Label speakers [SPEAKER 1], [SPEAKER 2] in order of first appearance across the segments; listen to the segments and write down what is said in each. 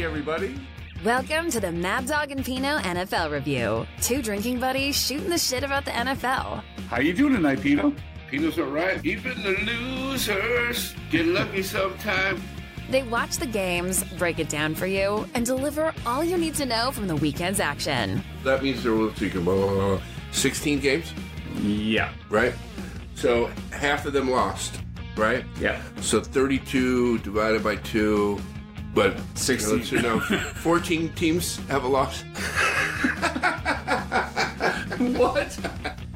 [SPEAKER 1] everybody.
[SPEAKER 2] Welcome to the Mad Dog and Pino NFL Review. Two drinking buddies shooting the shit about the NFL.
[SPEAKER 1] How you doing tonight, Pino?
[SPEAKER 3] Pino's all right. Even the losers get lucky sometime.
[SPEAKER 2] They watch the games, break it down for you, and deliver all you need to know from the weekend's action.
[SPEAKER 3] That means there were two, uh, 16 games,
[SPEAKER 1] Yeah.
[SPEAKER 3] right? So half of them lost, right?
[SPEAKER 1] Yeah.
[SPEAKER 3] So 32 divided by 2, but 16. You know, 14 teams have a loss.
[SPEAKER 1] What?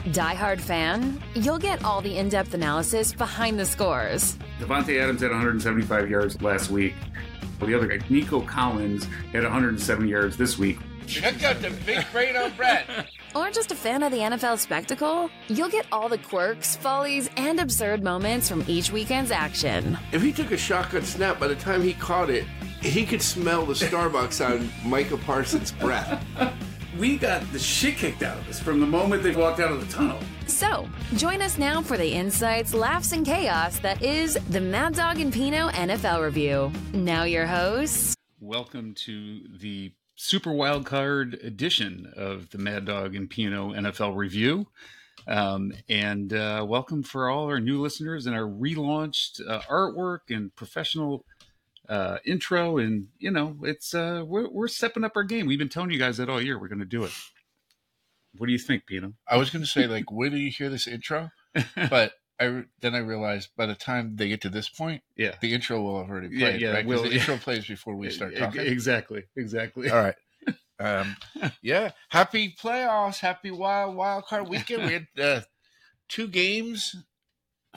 [SPEAKER 2] Diehard fan, you'll get all the in depth analysis behind the scores.
[SPEAKER 1] Devontae Adams had 175 yards last week. The other guy, Nico Collins, had 107 yards this week.
[SPEAKER 3] Check out the big brain on Brad.
[SPEAKER 2] Or just a fan of the NFL spectacle? You'll get all the quirks, follies, and absurd moments from each weekend's action.
[SPEAKER 3] If he took a shotgun snap, by the time he caught it, he could smell the Starbucks on Micah Parsons' breath.
[SPEAKER 1] We got the shit kicked out of us from the moment they walked out of the tunnel.
[SPEAKER 2] So, join us now for the insights, laughs, and chaos that is the Mad Dog and Pino NFL Review. Now, your hosts,
[SPEAKER 4] Welcome to the Super Wildcard edition of the Mad Dog and Pino NFL Review. Um, and uh, welcome for all our new listeners and our relaunched uh, artwork and professional uh, intro. And, you know, it's uh, we're, we're stepping up our game. We've been telling you guys that all year. We're going to do it. What do you think, Pino?
[SPEAKER 5] I was going to say, like, where do you hear this intro? But I re- then I realized by the time they get to this point,
[SPEAKER 4] Yeah.
[SPEAKER 5] the intro will have already played.
[SPEAKER 4] Yeah,
[SPEAKER 5] Yeah,
[SPEAKER 4] yeah,
[SPEAKER 5] right? 'Cause
[SPEAKER 4] will-
[SPEAKER 5] the intro plays before we start
[SPEAKER 4] E-
[SPEAKER 5] talking.
[SPEAKER 4] Exactly. Exactly.
[SPEAKER 5] All right. Um, yeah. Happy playoffs. Happy wild wild card weekend. We had uh, two games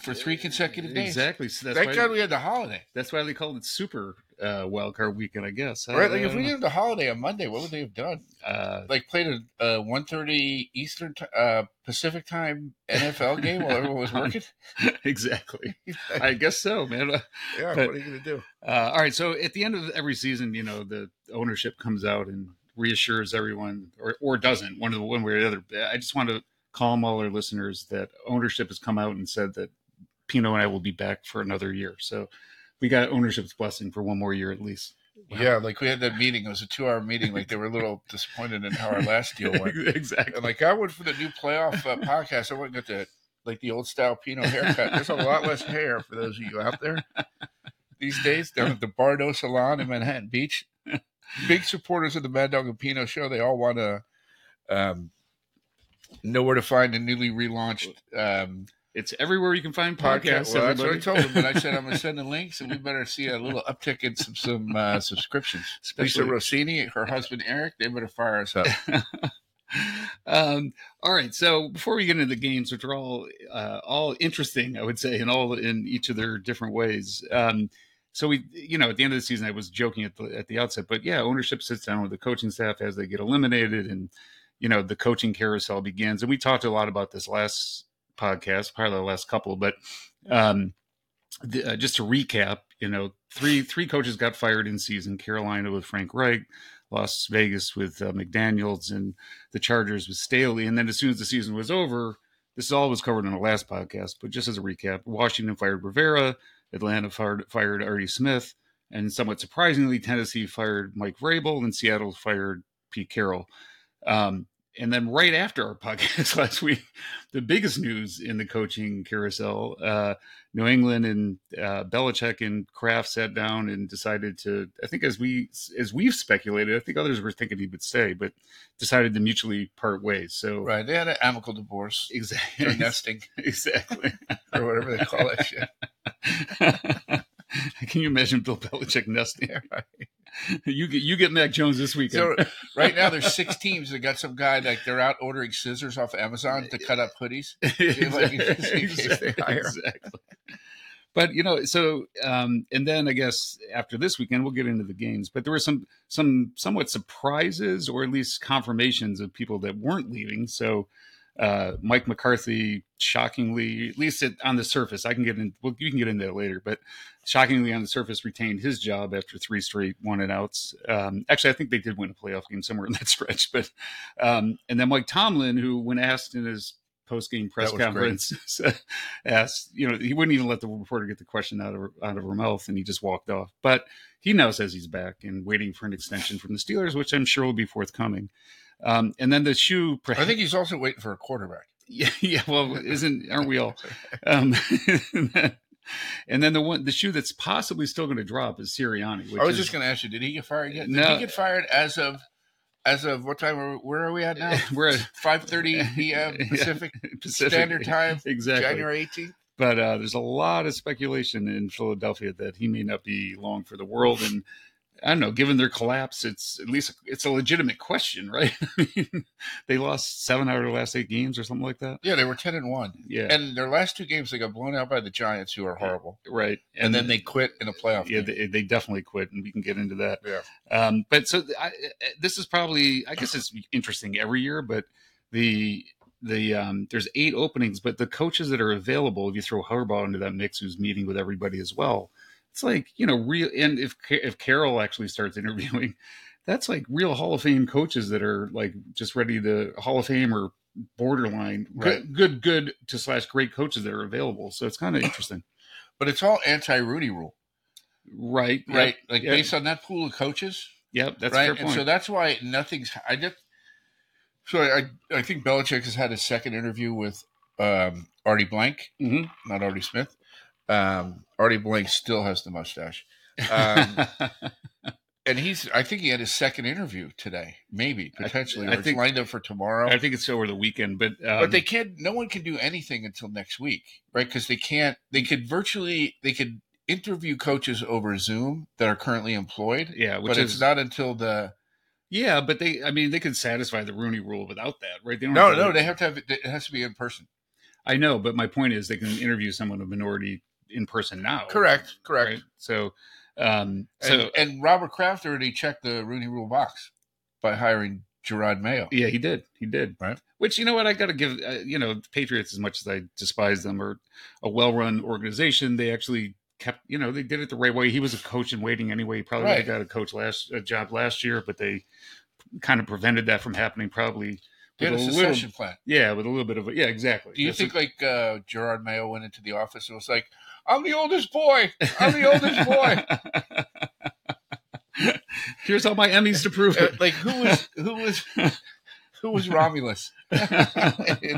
[SPEAKER 5] for three consecutive days.
[SPEAKER 4] Exactly. So that's,
[SPEAKER 5] Thank
[SPEAKER 4] why,
[SPEAKER 5] God we had the holiday.
[SPEAKER 4] that's why they called it Super uh, Wildcard Weekend, I guess. I-
[SPEAKER 5] Right, like
[SPEAKER 4] I
[SPEAKER 5] if
[SPEAKER 4] don't
[SPEAKER 5] we
[SPEAKER 4] know.
[SPEAKER 5] didn't have the holiday on Monday, what would they have done?
[SPEAKER 4] uh,
[SPEAKER 5] Like played a uh, one thirty Eastern ti uh, Pacific time NFL game while everyone was working.
[SPEAKER 4] exactly. I guess so, man. Uh,
[SPEAKER 5] yeah,
[SPEAKER 4] but-
[SPEAKER 5] you gonna do?
[SPEAKER 4] all right. So at the end of every season, you know, the ownership comes out and reassures everyone, or or doesn't, one of the one way or the other. I just want to calm all our listeners that ownership has come out and said that Pino and I will be back for another year. So we got ownership's blessing for one more year at least. Wow.
[SPEAKER 5] Yeah, like we had that meeting. It was a two-hour meeting. Like they were a little disappointed in how our last deal went.
[SPEAKER 4] exactly.
[SPEAKER 5] And like I went for the new playoff uh, podcast. I went and got the like the old style Pino haircut. There's a lot less hair for those of you out there these days down at the Bardo Salon in Manhattan Beach. Big supporters of the Mad Dog and Pino show. They all want to um, know where to find the newly relaunched um,
[SPEAKER 4] It's everywhere you can find
[SPEAKER 5] podcast.
[SPEAKER 4] podcasts.
[SPEAKER 5] well, that's what I
[SPEAKER 4] everybody.
[SPEAKER 5] told them. But I said I'm going to send the links, and we better see a little uptick in some some uh, subscriptions. Lisa
[SPEAKER 4] Especially-
[SPEAKER 5] Rossini, her husband Eric, they better fire us up.
[SPEAKER 4] um, all right. So before we get into the games, which are all uh, all interesting, I would say, and all in each of their different ways. Um, so we, you know, at the end of the season, I was joking at the at the outset, but yeah, ownership sits down with the coaching staff as they get eliminated, and you know, the coaching carousel begins. And we talked a lot about this last podcast, probably the last couple, but um, the, uh, just to recap, you know, three three coaches got fired in season: Carolina with Frank Reich, Las Vegas with uh, McDaniel's, and the Chargers with Staley. And then as soon as the season was over, this all was covered in the last podcast. But just as a recap, Washington fired Rivera, Atlanta fired fired Artie Smith, and somewhat surprisingly, Tennessee fired Mike Vrabel, and Seattle fired Pete Carroll. Um, and then right after our podcast last week, the biggest news in the coaching carousel, uh, New England and uh, Belichick and Kraft sat down and decided to. I think as we as we've speculated, I think others were thinking he would stay, but decided to mutually part ways. So
[SPEAKER 5] Right. They had an amicable divorce or
[SPEAKER 4] exactly,
[SPEAKER 5] nesting
[SPEAKER 4] exactly.
[SPEAKER 5] or whatever they call that shit.
[SPEAKER 4] Can you imagine Bill Belichick nesting? You get you get Mac Jones this weekend.
[SPEAKER 5] So right now there's six teams that got some guy like they're out ordering scissors off Amazon to cut up hoodies.
[SPEAKER 4] exactly.
[SPEAKER 5] just in case they hire him.
[SPEAKER 4] exactly. But you know, so um, and then I guess after this weekend we'll get into the games. But there were some some somewhat surprises or at least confirmations of people that weren't leaving. So uh, Mike McCarthy, shockingly, at least it, on the surface, I can get in. Well, you can get into that later, but shockingly on the surface, retained his job after three straight one and outs. Um, actually, I think they did win a playoff game somewhere in that stretch. But um, and then Mike Tomlin, who, when asked in his post game press
[SPEAKER 5] was great.
[SPEAKER 4] conference asked, you know, he wouldn't even let the reporter get the question out of her- out of her mouth, and he just walked off. But he now says he's back and waiting for an extension from the Steelers, which I'm sure will be forthcoming. Um, and then the shoe,
[SPEAKER 5] I think he's also waiting for a quarterback.
[SPEAKER 4] yeah, yeah. Well, isn't aren't we all? Um, and then the one, the shoe that's possibly still going to drop is Sirianni. Which
[SPEAKER 5] I was
[SPEAKER 4] is,
[SPEAKER 5] just going to ask you, did he get fired yet? Did
[SPEAKER 4] No.
[SPEAKER 5] he get fired as of as of what time? Are, where are we at now?
[SPEAKER 4] we're at
[SPEAKER 5] Five thirty p.m.
[SPEAKER 4] Yeah.
[SPEAKER 5] Pacific,
[SPEAKER 4] Pacific
[SPEAKER 5] Standard Time,
[SPEAKER 4] exactly.
[SPEAKER 5] January eighteenth.
[SPEAKER 4] But uh, there's a lot of speculation in Philadelphia that he may not be long for the world, and I don't know. Given their collapse, it's at least it's a legitimate question, right? I mean, they lost seven out of their last eight games, or something like that.
[SPEAKER 5] Yeah, they were ten and one,
[SPEAKER 4] Yeah,
[SPEAKER 5] and their last two games they got blown out by the Giants, who are horrible,
[SPEAKER 4] right.
[SPEAKER 5] and, then they quit in a playoff.
[SPEAKER 4] yeah,
[SPEAKER 5] game.
[SPEAKER 4] they, they definitely quit, and we can get into that.
[SPEAKER 5] Yeah.
[SPEAKER 4] Um, but so th- I, I- this is probably, I guess it's interesting every year, but the the um, there's eight openings, but the coaches that are available, if you throw Harbaugh into that mix, who's meeting with everybody as well, it's like you know real. And if Ca- if Carroll actually starts interviewing, that's like real Hall of Fame coaches that are like just ready to Hall of Fame or borderline
[SPEAKER 5] Right.
[SPEAKER 4] good, good good to slash great coaches that are available. So it's kind of interesting,
[SPEAKER 5] but it's all anti Rooney rule,
[SPEAKER 4] right? Yep.
[SPEAKER 5] right? Like
[SPEAKER 4] Yeah.
[SPEAKER 5] based on that pool of coaches,
[SPEAKER 4] Yep, that's a
[SPEAKER 5] right?
[SPEAKER 4] fair
[SPEAKER 5] And
[SPEAKER 4] point.
[SPEAKER 5] so that's why nothing's. I just so I I think Belichick has had his second interview with um, Artie Blank,
[SPEAKER 4] Mhm.
[SPEAKER 5] not Artie Smith. Um, Artie Blank still has the mustache, um, and he's. I think he had his second interview today, maybe
[SPEAKER 4] I-
[SPEAKER 5] potentially.
[SPEAKER 4] I
[SPEAKER 5] or it's
[SPEAKER 4] think-
[SPEAKER 5] lined up for tomorrow.
[SPEAKER 4] I think it's over the weekend, but um,
[SPEAKER 5] but they can't. No one can do anything until next week, right? Because they can't. They could virtually. They could interview coaches over Zoom that are currently employed,
[SPEAKER 4] yeah, which
[SPEAKER 5] but
[SPEAKER 4] is
[SPEAKER 5] it's not until the
[SPEAKER 4] yeah, but they I mean they could satisfy the Rooney Rule without that, right? They don't
[SPEAKER 5] No,
[SPEAKER 4] have to-
[SPEAKER 5] no, they have to have it. It has to be in person.
[SPEAKER 4] I know, but my point is they can interview someone of minority in person
[SPEAKER 5] Oh,
[SPEAKER 4] now.
[SPEAKER 5] Correct, correct.
[SPEAKER 4] right? So, um,
[SPEAKER 5] And,
[SPEAKER 4] so
[SPEAKER 5] and Robert Kraft already checked the Rooney Rule box by hiring Gerard Mayo.
[SPEAKER 4] yeah, he did, he did,
[SPEAKER 5] Right.
[SPEAKER 4] Which you know what I got to give uh, you know Patriots as much as I despise them are a well-run organization. They actually kept you know they did it the right way. He was a coach in waiting anyway. He probably
[SPEAKER 5] Right.
[SPEAKER 4] would've got a coach last a job last year, but they kind of prevented that from happening. Probably.
[SPEAKER 5] They had a
[SPEAKER 4] with a little-
[SPEAKER 5] succession plan.
[SPEAKER 4] Yeah, with a little bit of a, yeah, exactly.
[SPEAKER 5] Do you
[SPEAKER 4] That's
[SPEAKER 5] think like uh, Gerard Mayo went into the office and was like, "I'm the oldest boy. I'm the oldest boy."
[SPEAKER 4] a- Here's all my Emmys to prove
[SPEAKER 5] Uh,
[SPEAKER 4] it.
[SPEAKER 5] like who was who was who was Romulus in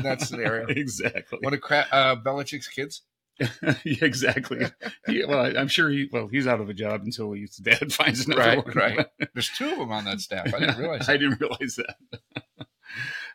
[SPEAKER 5] that scenario?
[SPEAKER 4] exactly.
[SPEAKER 5] One of Cra- uh, Belichick's kids.
[SPEAKER 4] Yeah, exactly. He- well, I- I'm sure he. Well, he's out of a job until his dad finds another
[SPEAKER 5] Right,
[SPEAKER 4] one.
[SPEAKER 5] right. There's two of them on that staff. I didn't realize.
[SPEAKER 4] I
[SPEAKER 5] That.
[SPEAKER 4] didn't realize that.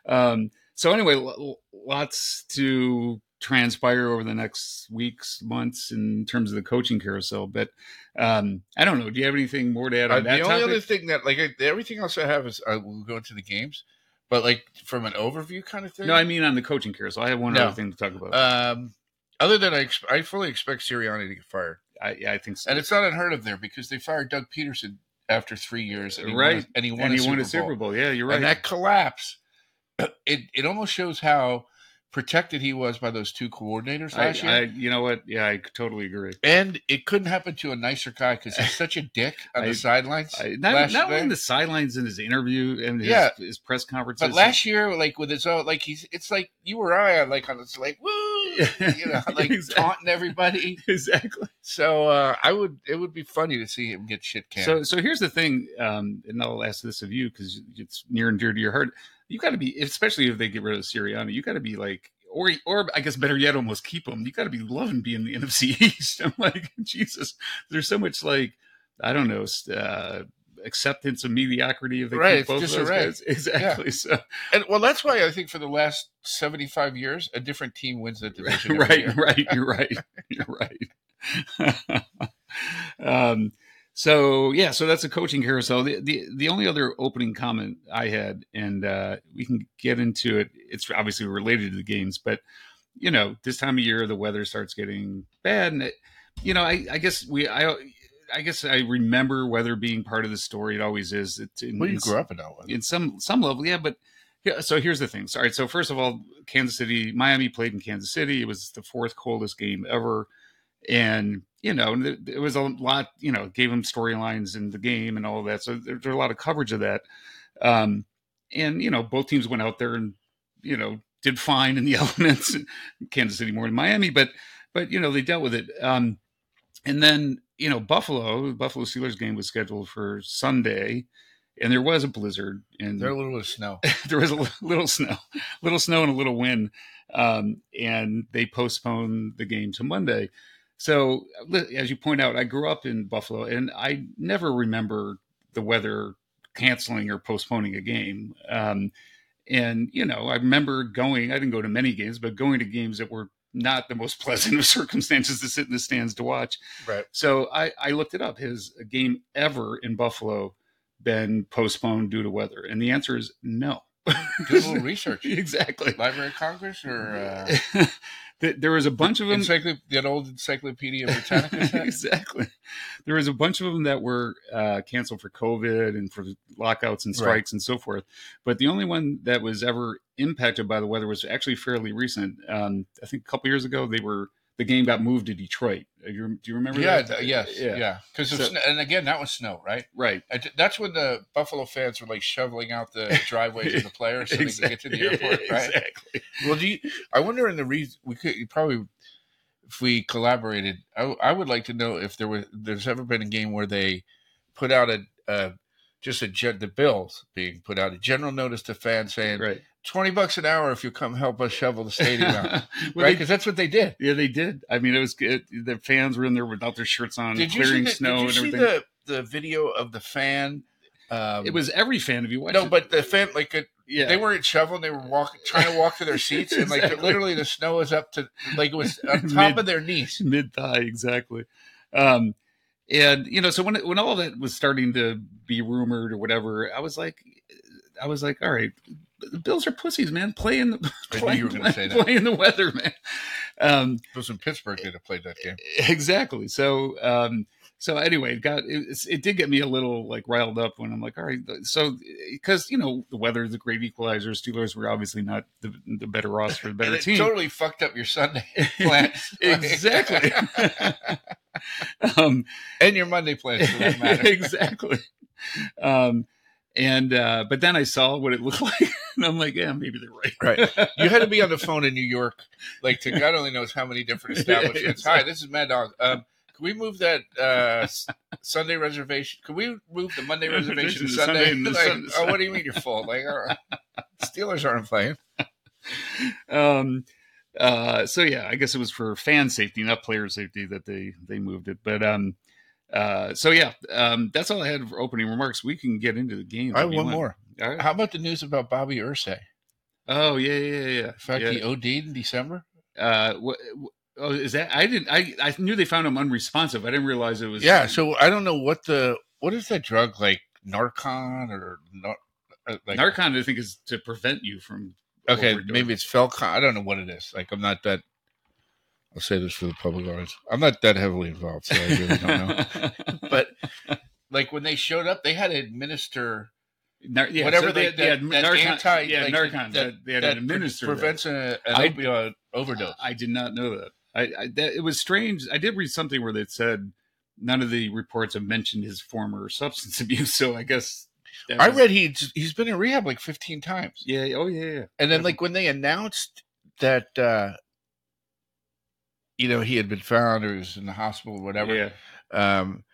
[SPEAKER 4] um, so anyway, lo- lots to transpire over the next weeks, months in terms of the coaching carousel. But um, I don't know. Do you have anything more to add on
[SPEAKER 5] Uh,
[SPEAKER 4] that
[SPEAKER 5] the only
[SPEAKER 4] topic?
[SPEAKER 5] other thing that like I, everything else I have is I will go into the games, but like from an overview kind of thing.
[SPEAKER 4] no, I mean on the coaching carousel. I have one
[SPEAKER 5] No.
[SPEAKER 4] other thing to talk about.
[SPEAKER 5] um, other than I, ex- I fully expect Sirianni to get fired,
[SPEAKER 4] I, yeah, I think so.
[SPEAKER 5] and it's not unheard of there because they fired Doug Peterson after three years, and he
[SPEAKER 4] Right.
[SPEAKER 5] won, a- and he won,
[SPEAKER 4] and
[SPEAKER 5] a,
[SPEAKER 4] he
[SPEAKER 5] Super
[SPEAKER 4] won a Super
[SPEAKER 5] Bowl.
[SPEAKER 4] Bowl. Yeah, you're right.
[SPEAKER 5] and that collapse, it it almost shows how protected he was by those two coordinators
[SPEAKER 4] I,
[SPEAKER 5] last year.
[SPEAKER 4] I, you know what? Yeah, I totally agree.
[SPEAKER 5] and it couldn't happen to a nicer guy because he's such a dick on
[SPEAKER 4] I-
[SPEAKER 5] the sidelines.
[SPEAKER 4] I, not
[SPEAKER 5] last
[SPEAKER 4] not only
[SPEAKER 5] year.
[SPEAKER 4] in the sidelines in his interview and his,
[SPEAKER 5] Yeah.
[SPEAKER 4] his press conferences.
[SPEAKER 5] But last year, like with his own, like he's, it's like you or I are like on this, like woo, you know, like
[SPEAKER 4] Exactly.
[SPEAKER 5] taunting everybody.
[SPEAKER 4] exactly.
[SPEAKER 5] So uh, I would, it would be funny to see him get shit canned.
[SPEAKER 4] So so here's the thing, um, and I'll ask this of you because it's near and dear to your heart. You got to be, especially if they get rid of Sirianni, you got to be like. Or, or I guess better yet, almost keep him. You got to be loving being the NFC East. I'm like, Jesus, there's so much like, I don't know, uh, acceptance of mediocrity if they
[SPEAKER 5] Right,
[SPEAKER 4] keep
[SPEAKER 5] it's
[SPEAKER 4] both of those
[SPEAKER 5] disarray.
[SPEAKER 4] guys. Exactly. So
[SPEAKER 5] and well, that's why I think for the last seventy-five years, a different team wins the division. every
[SPEAKER 4] right,
[SPEAKER 5] year.
[SPEAKER 4] right. You're right. You're right. um, so yeah, so that's a coaching carousel. The, the the only other opening comment I had, and uh, we can get into it. It's obviously related to the games, but you know, this time of year the weather starts getting bad, and it, you know, I, I guess we I. I guess I remember weather being part of the story. It always is. It, in,
[SPEAKER 5] Well, you
[SPEAKER 4] in-
[SPEAKER 5] grew up in that one.
[SPEAKER 4] in some some level, yeah. But yeah, so here's the thing. So, all right. So first of all, Kansas City, Miami played in Kansas City. It was the fourth coldest game ever, and you know and th- it was a lot. You know, gave them storylines in the game and all that. So there, there were a lot of coverage of that. Um, and you know, both teams went out there and you know did fine in the elements, Kansas City more than Miami, but but you know they dealt with it. Um, and then you know Buffalo, the Buffalo Steelers game was scheduled for Sunday, and there was a blizzard, and
[SPEAKER 5] They're a little of snow.
[SPEAKER 4] there was a li- little snow, little snow and a little wind, um, and they postponed the game to Monday. So, li- as you point out, I grew up in Buffalo, and I never remember the weather canceling or postponing a game. Um, and you know, I remember going. I didn't go to many games, but going to games that were not the most pleasant of circumstances to sit in the stands to watch.
[SPEAKER 5] Right.
[SPEAKER 4] So I, I looked it up. Has a game ever in Buffalo been postponed due to weather? And the answer is no.
[SPEAKER 5] Do a little research.
[SPEAKER 4] exactly.
[SPEAKER 5] Library of Congress or uh,
[SPEAKER 4] Th- there was a bunch of them.
[SPEAKER 5] encycl- that old Encyclopedia Britannica? set?
[SPEAKER 4] exactly. There was a bunch of them that were uh, canceled for COVID and for lockouts and
[SPEAKER 5] Right.
[SPEAKER 4] strikes and so forth. But the only one that was ever impacted by the weather was actually fairly recent. Um, I think a couple years ago, they were the game got moved to Detroit. Uh, you- Do you remember?
[SPEAKER 5] yeah,
[SPEAKER 4] that?
[SPEAKER 5] th- yes,
[SPEAKER 4] yeah,
[SPEAKER 5] yeah. Because
[SPEAKER 4] So-
[SPEAKER 5] and again, that was snow, right?
[SPEAKER 4] right.
[SPEAKER 5] I d- That's when the Buffalo fans were like shoveling out the driveways of the players so they could get to the airport, right?
[SPEAKER 4] Exactly.
[SPEAKER 5] Well, do you? I wonder in the reason we could you probably if we collaborated. I, I would like to know if there was there's ever been a game where they put out a, uh just a gen, the bills being put out a general notice to fans saying
[SPEAKER 4] Right.
[SPEAKER 5] twenty bucks an hour if you come help us shovel the stadium out,
[SPEAKER 4] Well,
[SPEAKER 5] right?
[SPEAKER 4] they-
[SPEAKER 5] Because that's what they did.
[SPEAKER 4] yeah, they did. I mean, it was good. The fans were in there without their shirts on,
[SPEAKER 5] Did you see,
[SPEAKER 4] clearing
[SPEAKER 5] the,
[SPEAKER 4] snow
[SPEAKER 5] did you
[SPEAKER 4] and
[SPEAKER 5] see
[SPEAKER 4] everything.
[SPEAKER 5] the the video of the fan? Um,
[SPEAKER 4] it was every fan of you. watched
[SPEAKER 5] no,
[SPEAKER 4] it.
[SPEAKER 5] but the fan like it-
[SPEAKER 4] yeah,
[SPEAKER 5] they weren't shoveling; they were walking, trying to walk to their seats, and like
[SPEAKER 4] Exactly.
[SPEAKER 5] literally the snow was up to like it was on top
[SPEAKER 4] Mid-
[SPEAKER 5] of their knees.
[SPEAKER 4] mid thigh exactly um and you know so when when all that was starting to be rumored or whatever i was like i was like all right the bills are pussies man play in the
[SPEAKER 5] I knew
[SPEAKER 4] play,
[SPEAKER 5] you were gonna say that.
[SPEAKER 4] play in the weather man um
[SPEAKER 5] It was in Pittsburgh that have played that game.
[SPEAKER 4] exactly so um so anyway it got it, it did get me a little like riled up when i'm like all right so because you know the weather the great equalizer steelers were obviously not the, the better roster the better
[SPEAKER 5] and it
[SPEAKER 4] team
[SPEAKER 5] totally fucked up your Sunday plans.
[SPEAKER 4] exactly um
[SPEAKER 5] and your Monday plans for that matter.
[SPEAKER 4] exactly. Um, and uh, but then I saw what it looked like, and I'm like, yeah, maybe they're right.
[SPEAKER 5] Right. You had to be on the phone in New York, like to God only knows how many different establishments. Hi, this is Mad Dog. Um, can we move that uh, s- Sunday reservation? Can we move the Monday reservation to
[SPEAKER 4] Reservation to
[SPEAKER 5] Sunday?
[SPEAKER 4] Sunday and the
[SPEAKER 5] Like,
[SPEAKER 4] Sun-
[SPEAKER 5] oh, what do you mean you're full? Like, all right. Steelers aren't playing.
[SPEAKER 4] Um, uh, so yeah, I guess it was for fan safety, not player safety, that they they moved it. But um, uh, so yeah, um, that's all I had for opening remarks. We can get into the game.
[SPEAKER 5] I
[SPEAKER 4] if
[SPEAKER 5] have
[SPEAKER 4] you
[SPEAKER 5] one
[SPEAKER 4] want.
[SPEAKER 5] more.
[SPEAKER 4] All right.
[SPEAKER 5] How about the news about Bobby Ursay?
[SPEAKER 4] Oh yeah, yeah, yeah.
[SPEAKER 5] In fact,
[SPEAKER 4] yeah.
[SPEAKER 5] he OD'd in December.
[SPEAKER 4] uh, what, what- oh, is that? I didn't. I I knew they found him unresponsive. I didn't realize it was.
[SPEAKER 5] Yeah, so I don't know what the what is that drug like Narcan or Nar- uh, like
[SPEAKER 4] Narcan, I think, is to prevent you from.
[SPEAKER 5] Okay,
[SPEAKER 4] overdoing
[SPEAKER 5] maybe it's Felcon. I don't know what it is. Like I'm not that. I'll say this for the public audience. I'm not that heavily involved, so I really don't know. But like when they showed up, they had to administer
[SPEAKER 4] Nar- yeah,
[SPEAKER 5] Whatever
[SPEAKER 4] so
[SPEAKER 5] they-
[SPEAKER 4] they, they had
[SPEAKER 5] that- that
[SPEAKER 4] Narcan,
[SPEAKER 5] anti-
[SPEAKER 4] yeah,
[SPEAKER 5] like,
[SPEAKER 4] Narcan,
[SPEAKER 5] that-
[SPEAKER 4] they had
[SPEAKER 5] that
[SPEAKER 4] to administer
[SPEAKER 5] pre-
[SPEAKER 4] that.
[SPEAKER 5] prevents a, an
[SPEAKER 4] I-
[SPEAKER 5] opioid overdose.
[SPEAKER 4] I did not know that. I, I that, it was strange. I did read something where they said none of the reports have mentioned his former substance abuse. So I guess that
[SPEAKER 5] I
[SPEAKER 4] was-
[SPEAKER 5] read he's he's been in rehab like 15 times,
[SPEAKER 4] Yeah. Oh yeah. yeah.
[SPEAKER 5] and then like when they announced that. uh you know, he had been found or he was in the hospital or whatever.
[SPEAKER 4] Yeah.
[SPEAKER 5] um,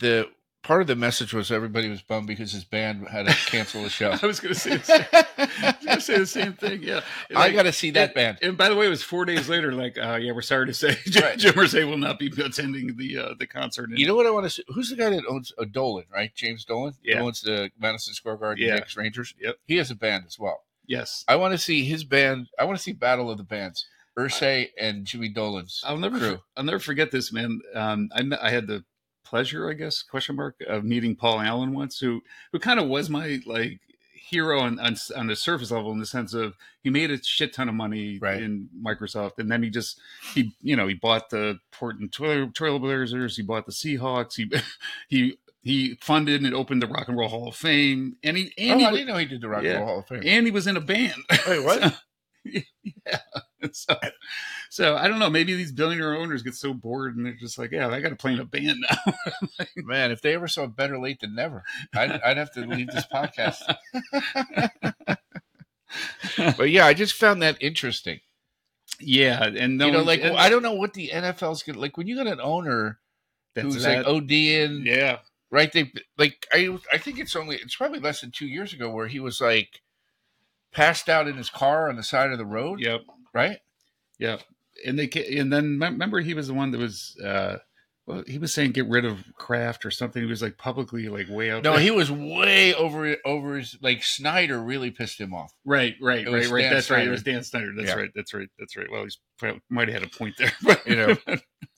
[SPEAKER 5] the part of the message was everybody was bummed because his band had to cancel the show.
[SPEAKER 4] I was gonna say. The same, I was gonna
[SPEAKER 5] I
[SPEAKER 4] say the same thing. Yeah.
[SPEAKER 5] got to see that
[SPEAKER 4] it-
[SPEAKER 5] band.
[SPEAKER 4] And by the way, it was four days later. Like, uh, yeah, we're sorry to say,
[SPEAKER 5] Right.
[SPEAKER 4] Jim Irsay will not be attending the uh, the concert. in-
[SPEAKER 5] You know what I want to see? Who's the guy that owns uh, Dolan, right? James Dolan?
[SPEAKER 4] Yeah.
[SPEAKER 5] Who owns the Madison Square Garden
[SPEAKER 4] Yeah.
[SPEAKER 5] Knicks Rangers?
[SPEAKER 4] Yep.
[SPEAKER 5] He has a band as well.
[SPEAKER 4] yes,
[SPEAKER 5] I want to see his band. I want to see Battle of the Bands. Ursay and Jimmy Dolan's. Oh,
[SPEAKER 4] I'll never,
[SPEAKER 5] crew.
[SPEAKER 4] I'll never forget this man. Um, I, met- I had the pleasure, I guess, question mark, of meeting Paul Allen once, who who kind of was my like hero on, on on the surface level in the sense of he made a shit ton of money
[SPEAKER 5] Right.
[SPEAKER 4] in Microsoft, and then he just he you know he bought the Portland Trail- Trailblazers, he bought the Seahawks, he he he funded and opened the Rock and Roll Hall of Fame, and he and
[SPEAKER 5] oh,
[SPEAKER 4] he
[SPEAKER 5] I
[SPEAKER 4] wa-
[SPEAKER 5] didn't know he did the Rock
[SPEAKER 4] Yeah.
[SPEAKER 5] and Roll Hall of Fame.
[SPEAKER 4] and he was in a band.
[SPEAKER 5] Wait, what?
[SPEAKER 4] yeah. So, so I don't know. Maybe these billionaire owners get so bored and they're just like, yeah, I got to play in a band now.
[SPEAKER 5] Man, if they ever saw Better Late Than Never, I'd, I'd have to leave this podcast. But yeah, I just found that interesting.
[SPEAKER 4] yeah, and no
[SPEAKER 5] you know,
[SPEAKER 4] one-
[SPEAKER 5] like
[SPEAKER 4] and
[SPEAKER 5] I don't know what the NFL's gonna like when you got an owner
[SPEAKER 4] that's
[SPEAKER 5] who's
[SPEAKER 4] that.
[SPEAKER 5] like ODing,
[SPEAKER 4] yeah,
[SPEAKER 5] right? They like I I think it's only it's probably less than two years ago where he was like passed out in his car on the side of the road,
[SPEAKER 4] yep,
[SPEAKER 5] right?
[SPEAKER 4] yep. And they ca- and then mem- remember he was the one that was uh, well, he was saying get rid of Kraft or something. He was like publicly like way out.
[SPEAKER 5] No,
[SPEAKER 4] there.
[SPEAKER 5] he was way over over his like Snyder really pissed him off.
[SPEAKER 4] Right, right,
[SPEAKER 5] It
[SPEAKER 4] right,
[SPEAKER 5] was
[SPEAKER 4] right.
[SPEAKER 5] Dan
[SPEAKER 4] That's right. It
[SPEAKER 5] Snyder.
[SPEAKER 4] was Dan Snyder. That's
[SPEAKER 5] Yeah.
[SPEAKER 4] right. That's right. That's right. Well, he's probably, might have had a point there.
[SPEAKER 5] You know,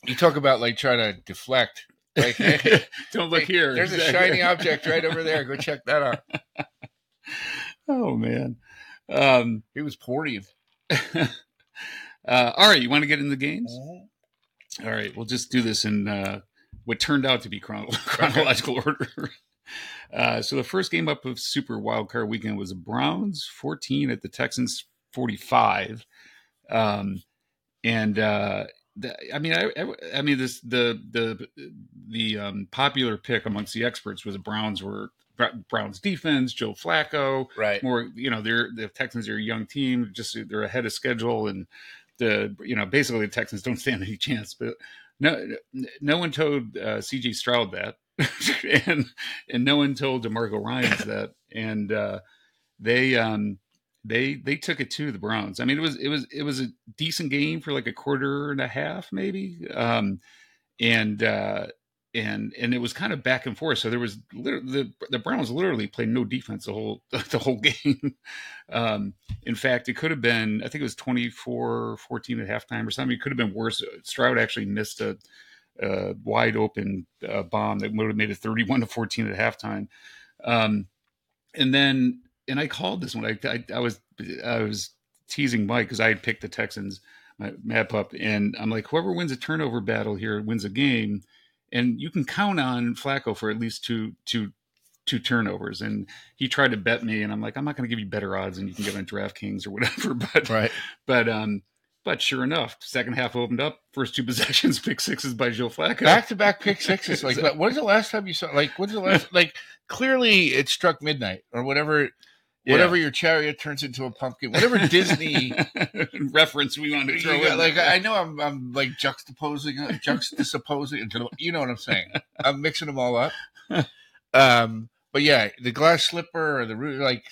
[SPEAKER 5] you talk about like trying to deflect. Like,
[SPEAKER 4] don't look here.
[SPEAKER 5] There's a
[SPEAKER 4] Exactly.
[SPEAKER 5] shiny object right over there. Go check that out.
[SPEAKER 4] Oh man. Um,
[SPEAKER 5] He was pouring.
[SPEAKER 4] uh, all right, you want to get in the games? All right, we'll just do this in uh, what turned out to be chrono- chronological order. Uh, so the first game up of Super Wildcard Weekend was Browns 14 at the Texans 45, um, and uh, the, I mean, I, I, I mean this the the the um, popular pick amongst the experts was Browns were Browns defense, Joe Flacco,
[SPEAKER 5] Right.
[SPEAKER 4] more you know they're the texans are a young team just they're ahead of schedule and the you know basically the texans don't stand any chance but no no one told uh, cj stroud that and and no one told demarco ryans that and uh they um they they took it to the browns i mean it was it was it was a decent game for like a quarter and a half maybe um and uh and and it was kind of back and forth. So there was liter- the the Browns literally played no defense the whole the whole game. Um, in fact, it could have been I think it was 24 14 at halftime or something. It could have been worse. Stroud actually missed a, a wide open uh, bomb that would have made it 31 to 14 at halftime. Um, and then and I called this one. I I, I was I was teasing Mike because I had picked the Texans. My mad pup, and I'm like, whoever wins a turnover battle here wins a game and you can count on Flacco for at least two two two turnovers. And he tried to bet me, and I'm like, I'm not going to give you better odds, and you can get on DraftKings or whatever. But
[SPEAKER 5] Right.
[SPEAKER 4] but um, but sure enough, second half opened up. First two possessions, pick sixes by Joe Flacco.
[SPEAKER 5] Back to back pick sixes. Like, that. when's the last time you saw? Like, when's the last? Like, clearly it struck midnight or whatever.
[SPEAKER 4] Yeah.
[SPEAKER 5] Whatever your chariot turns into a pumpkin. Whatever Disney.
[SPEAKER 4] reference we want to throw
[SPEAKER 5] you
[SPEAKER 4] in.
[SPEAKER 5] got- like, I know I'm, I'm like juxtaposing, uh, juxtaposing. You know what I'm saying? I'm mixing them all up. Um, but yeah, the glass slipper or the root, like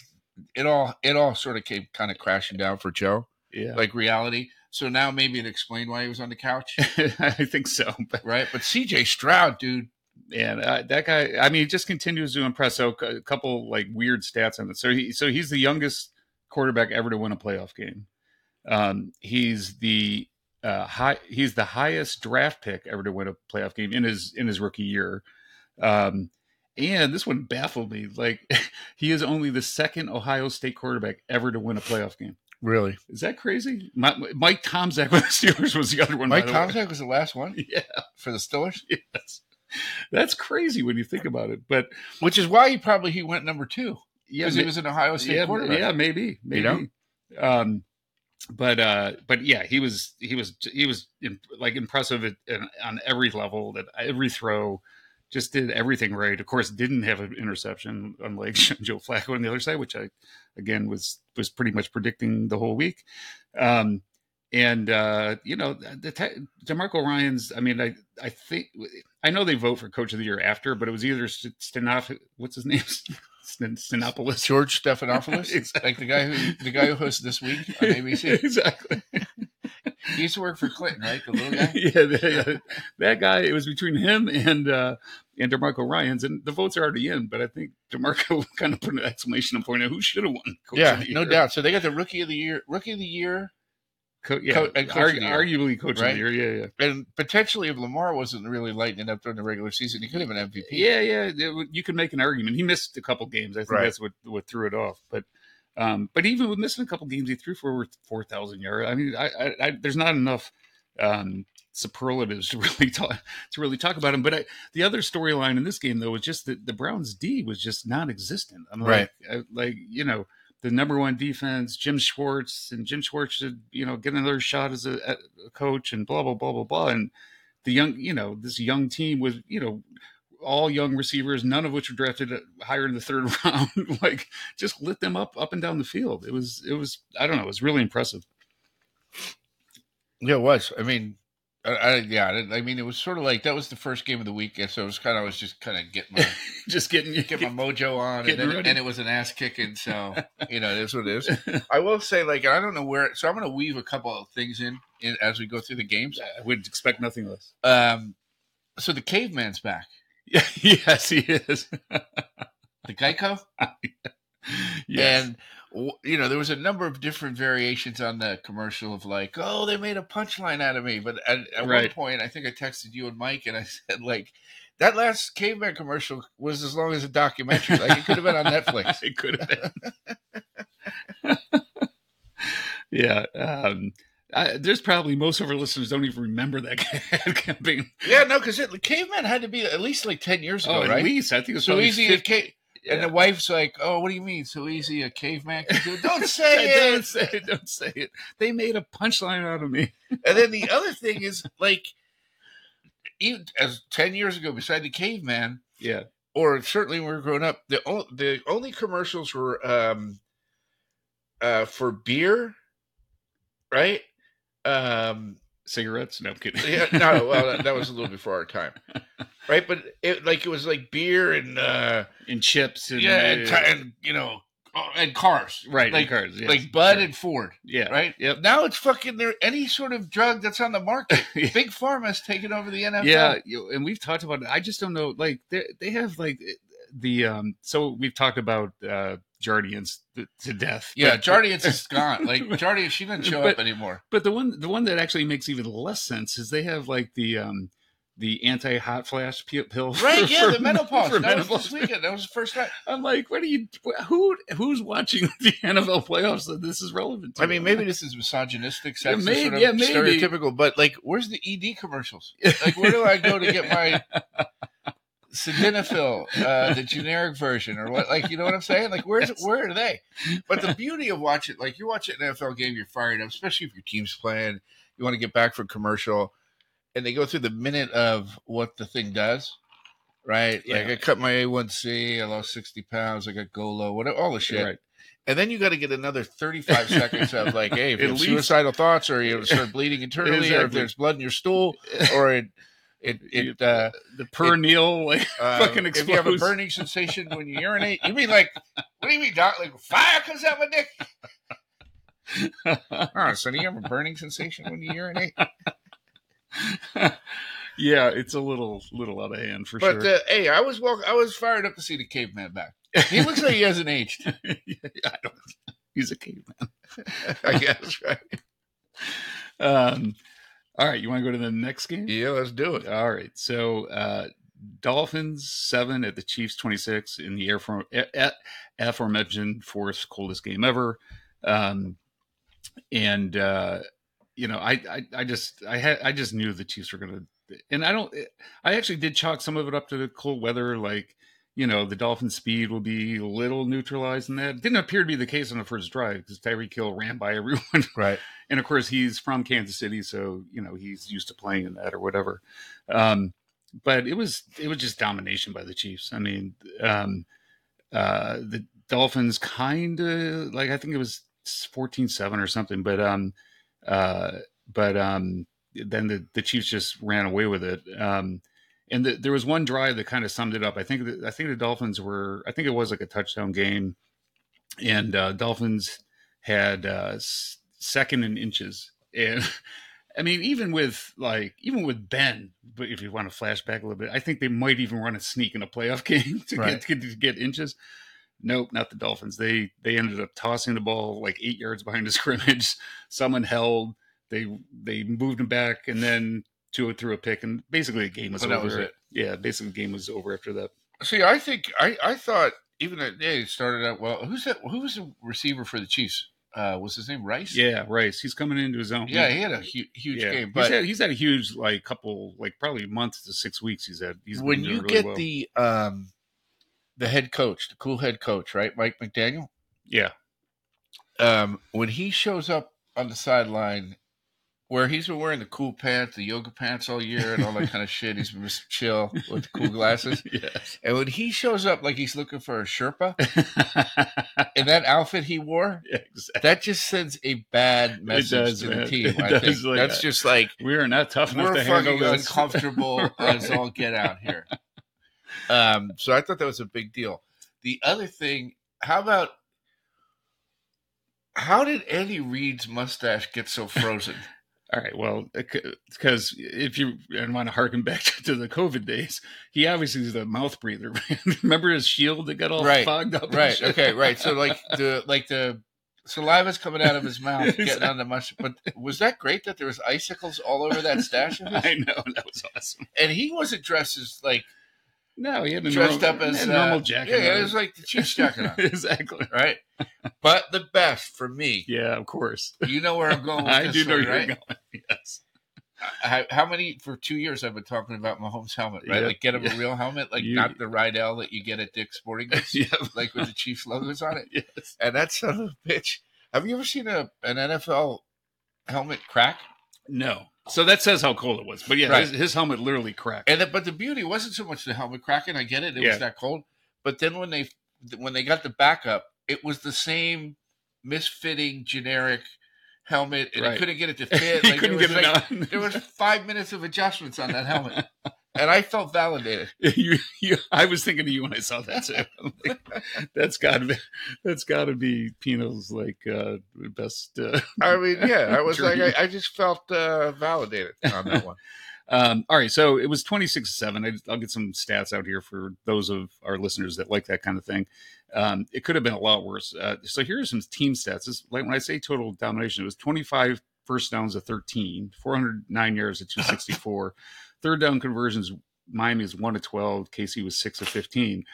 [SPEAKER 5] it all, it all sort of came kind of crashing down for Joe,
[SPEAKER 4] yeah,
[SPEAKER 5] like reality. So now maybe it explained why he was on the couch,
[SPEAKER 4] I think so. But
[SPEAKER 5] right? But C.J. Stroud, dude,
[SPEAKER 4] man, uh, that guy. I mean, he just continues to impress. So c- a couple like weird stats on it. So he, so he's the youngest quarterback ever to win a playoff game. Um, he's the uh, high. He's the highest draft pick ever to win a playoff game in his in his rookie year. Um, and this one baffled me. Like he is only the second Ohio State quarterback ever to win a playoff game.
[SPEAKER 5] really.
[SPEAKER 4] Is that crazy? My, Mike Tomzak with the Steelers was the other one.
[SPEAKER 5] Mike
[SPEAKER 4] by the way.
[SPEAKER 5] Tomczak was the last one
[SPEAKER 4] Yeah,
[SPEAKER 5] for the Steelers,
[SPEAKER 4] yes. That's crazy when you think about it. But
[SPEAKER 5] which is why he probably he went number two
[SPEAKER 4] yeah,
[SPEAKER 5] because
[SPEAKER 4] ma-
[SPEAKER 5] he was an Ohio State
[SPEAKER 4] yeah,
[SPEAKER 5] quarterback.
[SPEAKER 4] yeah, maybe, maybe.
[SPEAKER 5] You know?
[SPEAKER 4] Um, but uh, but yeah, he was he was he was in, like impressive at, at, on every level, that every throw, just did everything right. Of course, didn't have an interception, unlike Joe Flacco on the other side, which I again was was pretty much predicting the whole week. Um, and uh, you know, the te- Demarco Ryan's. I mean, I I think I know they vote for Coach of the Year after, but it was either St- Stenof. What's his name? Sten- Stenopoulos.
[SPEAKER 5] George Stephanopoulos,
[SPEAKER 4] Exactly.
[SPEAKER 5] like the guy who the guy who hosts this week on ABC.
[SPEAKER 4] exactly.
[SPEAKER 5] He used to work for Clinton, right? The little guy.
[SPEAKER 4] yeah, that, that guy. It was between him and uh, and Demarco Ryan's, and the votes are already in. But I think Demarco kind of put an exclamation point on who should have won. Coach of
[SPEAKER 5] Yeah,
[SPEAKER 4] the
[SPEAKER 5] no
[SPEAKER 4] Year.
[SPEAKER 5] doubt. So they got the rookie of the year, rookie of the year,
[SPEAKER 4] Co- yeah,
[SPEAKER 5] Co- and Coach
[SPEAKER 4] ar-
[SPEAKER 5] of the Year.
[SPEAKER 4] arguably coach
[SPEAKER 5] Right?
[SPEAKER 4] of the year. Yeah, yeah.
[SPEAKER 5] and potentially if Lamar wasn't really lighting it up during the regular season, he could have been MVP.
[SPEAKER 4] Yeah, yeah. it would- You could make an argument. He missed a couple games. I think
[SPEAKER 5] Right.
[SPEAKER 4] that's what what threw it off. But um, but even with missing a couple games, he threw for over four thousand yards. I mean, I, I, I there's not enough um, superlatives to really talk to really talk about him. But I, the other storyline in this game though was just that the Browns D was just non-existent. I'm
[SPEAKER 5] Right.
[SPEAKER 4] like, I, like you know. The number one defense, Jim Schwartz, and Jim Schwartz should, you know, get another shot as a, a coach, and blah blah blah blah blah. And the young, you know, this young team was, you know, all young receivers, none of which were drafted uh, higher in the third round. like just lit them up up and down the field. It was it was I don't know. It was really impressive.
[SPEAKER 5] Yeah, it was. I mean, I, I yeah, I didn't- I mean, it was sort of like that was the first game of the weekend, so it was kind of I was just kind of getting my
[SPEAKER 4] Just getting you.
[SPEAKER 5] get my mojo on,
[SPEAKER 4] Getting
[SPEAKER 5] and, then,
[SPEAKER 4] ready.
[SPEAKER 5] and it was an ass kicking. So you know, it is what it is. I will say, like, I don't know where. So I'm going to weave a couple of things in, in as we go through the games.
[SPEAKER 4] I would expect nothing less.
[SPEAKER 5] Um, so the caveman's back.
[SPEAKER 4] yes, he is.
[SPEAKER 5] The Geico.
[SPEAKER 4] yes.
[SPEAKER 5] And w- you know, there was a number of different variations on the commercial of like, oh, they made a punchline out of me. But at, at one
[SPEAKER 4] Right.
[SPEAKER 5] point, I think I texted you and Mike, and I said like, that last caveman commercial was as long as a documentary. Like it could have been on Netflix.
[SPEAKER 4] it could have been. yeah. Um, I, there's probably most of our listeners don't even remember that campaign.
[SPEAKER 5] Yeah, no, because the caveman had to be at least like ten years ago,
[SPEAKER 4] Oh, at
[SPEAKER 5] right?
[SPEAKER 4] least I think it was
[SPEAKER 5] so
[SPEAKER 4] probably
[SPEAKER 5] easy, a
[SPEAKER 4] 50
[SPEAKER 5] ca- and
[SPEAKER 4] yeah.
[SPEAKER 5] the wife's like, "Oh, what do you mean? So easy a caveman can do? it?" Don't
[SPEAKER 4] Hey,
[SPEAKER 5] say
[SPEAKER 4] don't
[SPEAKER 5] it."
[SPEAKER 4] say it. Don't say it. They made a punchline out of me.
[SPEAKER 5] And then the other thing is like, even as ten years ago, beside the caveman,
[SPEAKER 4] Yeah.
[SPEAKER 5] or certainly when we were growing up, the o- the only commercials were um uh for beer, right? Um
[SPEAKER 4] Cigarettes? No, I'm kidding.
[SPEAKER 5] yeah, no, well that, that was a little before our time. Right? But it like it was like beer and uh
[SPEAKER 4] and chips. And, uh,
[SPEAKER 5] yeah, and, ti- and you know, oh, and cars.
[SPEAKER 4] right.
[SPEAKER 5] Like
[SPEAKER 4] Like cards. yes,
[SPEAKER 5] like Bud
[SPEAKER 4] sure.
[SPEAKER 5] and Ford,
[SPEAKER 4] yeah.
[SPEAKER 5] right?
[SPEAKER 4] Yep.
[SPEAKER 5] Now it's fucking there any sort of drug that's on the market.
[SPEAKER 4] Yeah.
[SPEAKER 5] Big Pharma's taking over the NFL.
[SPEAKER 4] yeah you- and we've talked about it i just don't know like they, they have like eh, the um so we've talked about uh jardians th- to death
[SPEAKER 5] Yeah,
[SPEAKER 4] but-
[SPEAKER 5] Jardians is gone. Like Jardians, she doesn't show up
[SPEAKER 4] But-
[SPEAKER 5] anymore.
[SPEAKER 4] but the one the one that actually makes even less sense is they have like the um the anti hot flash pi- pill
[SPEAKER 5] Right, yeah, the
[SPEAKER 4] for-
[SPEAKER 5] menopause.
[SPEAKER 4] for
[SPEAKER 5] That was
[SPEAKER 4] menopause.
[SPEAKER 5] this weekend. That was the first time.
[SPEAKER 4] i'm like what are you who who's watching the nfl playoffs that this is relevant to
[SPEAKER 5] I mean, maybe this is misogynistic,
[SPEAKER 4] Yeah,
[SPEAKER 5] sexist,
[SPEAKER 4] may-
[SPEAKER 5] sort of
[SPEAKER 4] yeah, maybe.
[SPEAKER 5] stereotypical, but like, where's the ED commercials? Like, where do I go to get my Sildenafil, uh, the generic version, or what? Like, you know what I'm saying? Like, where's
[SPEAKER 4] Yes.
[SPEAKER 5] where are they? But the beauty of watching, like, you watch an NFL game, you're fired up, especially if your team's playing. You want to get back for commercial, and they go through the minute of what the thing does. Right, like
[SPEAKER 4] Yeah.
[SPEAKER 5] I cut my A1C, I lost sixty pounds, I got Golo, whatever, all the shit.
[SPEAKER 4] right
[SPEAKER 5] And then you got to get another 35 seconds of like, hey, if you
[SPEAKER 4] At
[SPEAKER 5] have
[SPEAKER 4] least.
[SPEAKER 5] suicidal thoughts or you start bleeding internally or if
[SPEAKER 4] Exactly.
[SPEAKER 5] there's blood in your stool or it, it, it, uh,
[SPEAKER 4] the perineal like
[SPEAKER 5] uh,
[SPEAKER 4] Fucking
[SPEAKER 5] if you have a
[SPEAKER 4] explodes.
[SPEAKER 5] burning sensation when you urinate, you mean like, what do you mean, doc? Like fire comes out my dick? Oh, so do you have a burning sensation when you urinate?
[SPEAKER 4] yeah it's a little little out of hand for
[SPEAKER 5] but
[SPEAKER 4] sure
[SPEAKER 5] uh, hey, I was walk- I was fired up to see the caveman back. He looks like he hasn't aged,
[SPEAKER 4] I don't. He's a caveman.
[SPEAKER 5] I guess, right?
[SPEAKER 4] Um, all right, you want to go to the next game?
[SPEAKER 5] Yeah, let's do it.
[SPEAKER 4] All right, so uh, Dolphins seven at the Chiefs twenty six in the air for, a- a- aforementioned fourth coldest game ever, um, and uh, you know I, I I just I had I just knew the Chiefs were gonna, and I don't I actually did chalk some of it up to the cold weather like. You know the Dolphins' speed will be a little neutralized in that. Didn't appear to be the case on the first drive because Tyreek Hill ran by everyone
[SPEAKER 5] Right.
[SPEAKER 4] and of course he's from Kansas City, so you know he's used to playing in that or whatever. Um, but it was it was just domination by the Chiefs. I mean, um, uh, the Dolphins kind of like I think it was 14-7 or something, but um, uh, but um, then the the Chiefs just ran away with it. Um, and the, there was one drive that kind of summed it up. I think the, I think the Dolphins were I think it was like a touchdown game, and uh, Dolphins had uh, s- second in inches. And I mean, even with like, even with Ben, but if you want to flash back a little bit, I think they might even run a sneak in a playoff game to,
[SPEAKER 5] Right.
[SPEAKER 4] get, to get inches. Nope, not the Dolphins. They they ended up tossing the ball like eight yards behind the scrimmage. Someone held. They they moved him back, and then Tua threw a pick, and basically the game was
[SPEAKER 5] And
[SPEAKER 4] over.
[SPEAKER 5] that was it.
[SPEAKER 4] Yeah, basically the game was over after that.
[SPEAKER 5] See, I think I, I thought even that day it started out well. Who's that? Who was the receiver for the Chiefs? Uh, was his name Rice?
[SPEAKER 4] Yeah, Rice. He's coming into his own.
[SPEAKER 5] yeah, he had a hu- huge
[SPEAKER 4] Yeah.
[SPEAKER 5] game.
[SPEAKER 4] he's,
[SPEAKER 5] But
[SPEAKER 4] had, he's had a huge like couple like probably months to six weeks. He's had he's been
[SPEAKER 5] when
[SPEAKER 4] doing
[SPEAKER 5] you
[SPEAKER 4] really
[SPEAKER 5] get
[SPEAKER 4] well.
[SPEAKER 5] the um, the head coach, the cool head coach, right, Mike McDaniel,
[SPEAKER 4] yeah
[SPEAKER 5] um, when he shows up on the sideline where he's been wearing the cool pants, the yoga pants all year, and all that kind of shit. He's been just chill with cool glasses.
[SPEAKER 4] Yes.
[SPEAKER 5] And when he shows up, like he's looking for a Sherpa, and that outfit he wore,
[SPEAKER 4] exactly.
[SPEAKER 5] that just sends a bad message
[SPEAKER 4] does,
[SPEAKER 5] to
[SPEAKER 4] man.
[SPEAKER 5] the team.
[SPEAKER 4] It
[SPEAKER 5] I
[SPEAKER 4] does,
[SPEAKER 5] think
[SPEAKER 4] like,
[SPEAKER 5] that's
[SPEAKER 4] uh,
[SPEAKER 5] just like
[SPEAKER 4] We are not tough enough
[SPEAKER 5] we're
[SPEAKER 4] to handle
[SPEAKER 5] fucking
[SPEAKER 4] this.
[SPEAKER 5] uncomfortable as all get out here. Um, so I thought that was a big deal. The other thing, how about how did Andy Reid's mustache get so frozen?
[SPEAKER 4] All right. Well, because if you and want to harken back to the COVID days, he obviously is a mouth breather. Remember his shield that got all
[SPEAKER 5] Right,
[SPEAKER 4] fogged up? and
[SPEAKER 5] right.
[SPEAKER 4] shit?
[SPEAKER 5] Okay. Right. So like the like the saliva's coming out of his mouth, getting on the mustache. But was that great that there was icicles all over that stash? Of his?
[SPEAKER 4] I know that was awesome.
[SPEAKER 5] And he wasn't dressed as like
[SPEAKER 4] No, he had a
[SPEAKER 5] dressed
[SPEAKER 4] normal,
[SPEAKER 5] up as
[SPEAKER 4] a
[SPEAKER 5] uh,
[SPEAKER 4] normal jacket.
[SPEAKER 5] Yeah,
[SPEAKER 4] on.
[SPEAKER 5] it was like the Chiefs jacket on,
[SPEAKER 4] exactly.
[SPEAKER 5] right? But the best for me
[SPEAKER 4] Yeah, of course.
[SPEAKER 5] You know where I'm going with
[SPEAKER 4] I
[SPEAKER 5] this
[SPEAKER 4] do know
[SPEAKER 5] one,
[SPEAKER 4] you're
[SPEAKER 5] right?
[SPEAKER 4] going. Yes.
[SPEAKER 5] How, how many for two years I've been talking about Mahomes helmet, right?
[SPEAKER 4] Yeah.
[SPEAKER 5] Like get him
[SPEAKER 4] Yeah.
[SPEAKER 5] a real helmet, like
[SPEAKER 4] You-
[SPEAKER 5] not the Rydell that you get at Dick's Sporting Goods,
[SPEAKER 4] yeah.
[SPEAKER 5] like with the Chiefs logos on it.
[SPEAKER 4] Yes.
[SPEAKER 5] And that son of a bitch. Have you ever seen a an NFL helmet crack?
[SPEAKER 4] No. So that says how cold it was. But yeah,
[SPEAKER 5] Right.
[SPEAKER 4] his, his helmet literally cracked.
[SPEAKER 5] And that, but the beauty wasn't so much the helmet cracking. I get it; it
[SPEAKER 4] Yeah.
[SPEAKER 5] was that cold. But then when they when they got the backup, it was the same misfitting generic helmet, and
[SPEAKER 4] Right.
[SPEAKER 5] he couldn't get it to
[SPEAKER 4] he
[SPEAKER 5] fit. it
[SPEAKER 4] couldn't
[SPEAKER 5] was
[SPEAKER 4] get
[SPEAKER 5] like-
[SPEAKER 4] it on.
[SPEAKER 5] There was five minutes of adjustments on that helmet, and I felt validated.
[SPEAKER 4] you, you, I was thinking of you when I saw that too. I'm like, that's got to be that's got to be Pino's like uh, best. Uh,
[SPEAKER 5] I mean, yeah, I was like,
[SPEAKER 4] Dream.
[SPEAKER 5] I, I just felt uh, validated on that one.
[SPEAKER 4] um, all right, so it was twenty six seven. I, I'll get some stats out here for those of our listeners that like that kind of thing. Um, it could have been a lot worse. Uh, so here are some team stats. This, like when I say total domination, it was 25 first downs at 13, 409 yards at 264. Third down conversions, Miami is one to 12. KC was six of 15.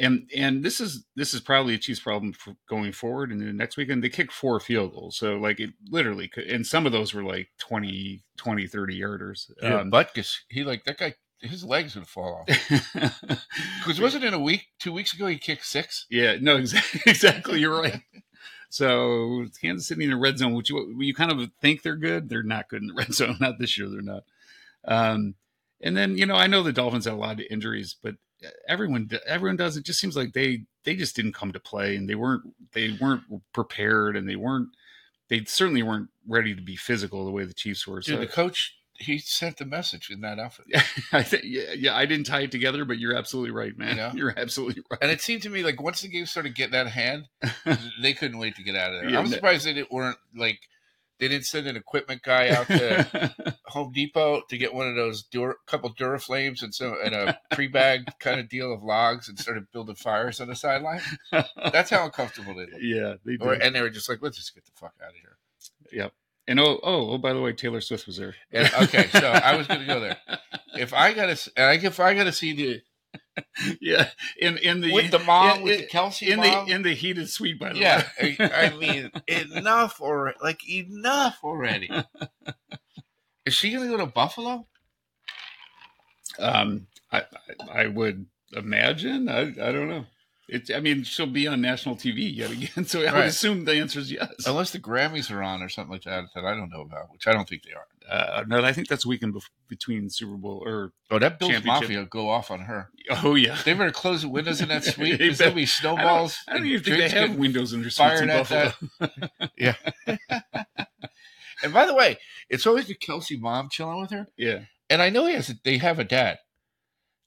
[SPEAKER 4] And and this is this is probably a Chiefs problem for going forward. And then next weekend they kicked four field goals, so like it literally could. And some of those were like 20, 20 30 yarders. Um,
[SPEAKER 5] Butkus, he like that guy. His legs would fall off. Because wasn't it a week, two weeks ago? He kicked six.
[SPEAKER 4] Yeah, no, exactly. exactly you're right. So Kansas City in the red zone, which you, you kind of think they're good, they're not good in the red zone. Not this year, they're not. Um, and then you know, I know the Dolphins had a lot of injuries, but uh, everyone everyone does. It just seems like they they just didn't come to play, and they weren't they weren't prepared, and they weren't they certainly weren't ready to be physical the way the Chiefs were.
[SPEAKER 5] Dude,
[SPEAKER 4] So
[SPEAKER 5] the coach he sent the message in that outfit,
[SPEAKER 4] I think yeah, yeah, I didn't tie it together, but you're absolutely right,
[SPEAKER 5] You
[SPEAKER 4] man.
[SPEAKER 5] know?
[SPEAKER 4] You're absolutely right.
[SPEAKER 5] and it seemed to me like once the game started getting out of hand, they couldn't wait to get out of there.
[SPEAKER 4] Yeah,
[SPEAKER 5] I'm
[SPEAKER 4] no.
[SPEAKER 5] surprised they didn't weren't like they didn't send an equipment guy out to Home Depot to get one of those Dur- couple Duraflames and some and a pre-bag kind of deal of logs and started building fires on the sideline. That's how uncomfortable they looked.
[SPEAKER 4] yeah, they did.
[SPEAKER 5] Or, and they were just like, let's just get the fuck out of here.
[SPEAKER 4] And oh, oh, oh! By the way, Taylor Swift was there.
[SPEAKER 5] And, okay, so I was going to go there. If I got to, and I, if I got to see the
[SPEAKER 4] yeah, in in the
[SPEAKER 5] with the mom
[SPEAKER 4] in,
[SPEAKER 5] with the Kelsey
[SPEAKER 4] in
[SPEAKER 5] mom,
[SPEAKER 4] the in the heated suite. By the
[SPEAKER 5] yeah,
[SPEAKER 4] way,
[SPEAKER 5] I, I mean enough already. Like enough already. Is she going to go to Buffalo?
[SPEAKER 4] um, I I- I would imagine. I I don't know. It, I mean, she'll be on national TV yet again, so I would
[SPEAKER 5] Right. Oh,
[SPEAKER 4] assume the answer is yes.
[SPEAKER 5] Unless the Grammys are on or something like that that I don't know about, which I don't think they are.
[SPEAKER 4] Uh, no, I think that's a weekend bef- between Super Bowl or
[SPEAKER 5] Oh, that Bills
[SPEAKER 4] Championship.
[SPEAKER 5] Mafia go off on her.
[SPEAKER 4] oh yeah.
[SPEAKER 5] They better close the windows in that suite.
[SPEAKER 4] They
[SPEAKER 5] There's gonna
[SPEAKER 4] bet-
[SPEAKER 5] be snowballs.
[SPEAKER 4] I don't, I don't
[SPEAKER 5] and
[SPEAKER 4] even think they
[SPEAKER 5] drinks
[SPEAKER 4] have
[SPEAKER 5] getting-
[SPEAKER 4] windows in their suites in
[SPEAKER 5] fired at
[SPEAKER 4] Buffalo.
[SPEAKER 5] And by the way, it's always the Kelsey mom chilling with her.
[SPEAKER 4] yeah,
[SPEAKER 5] And I know he has. A, they have a dad,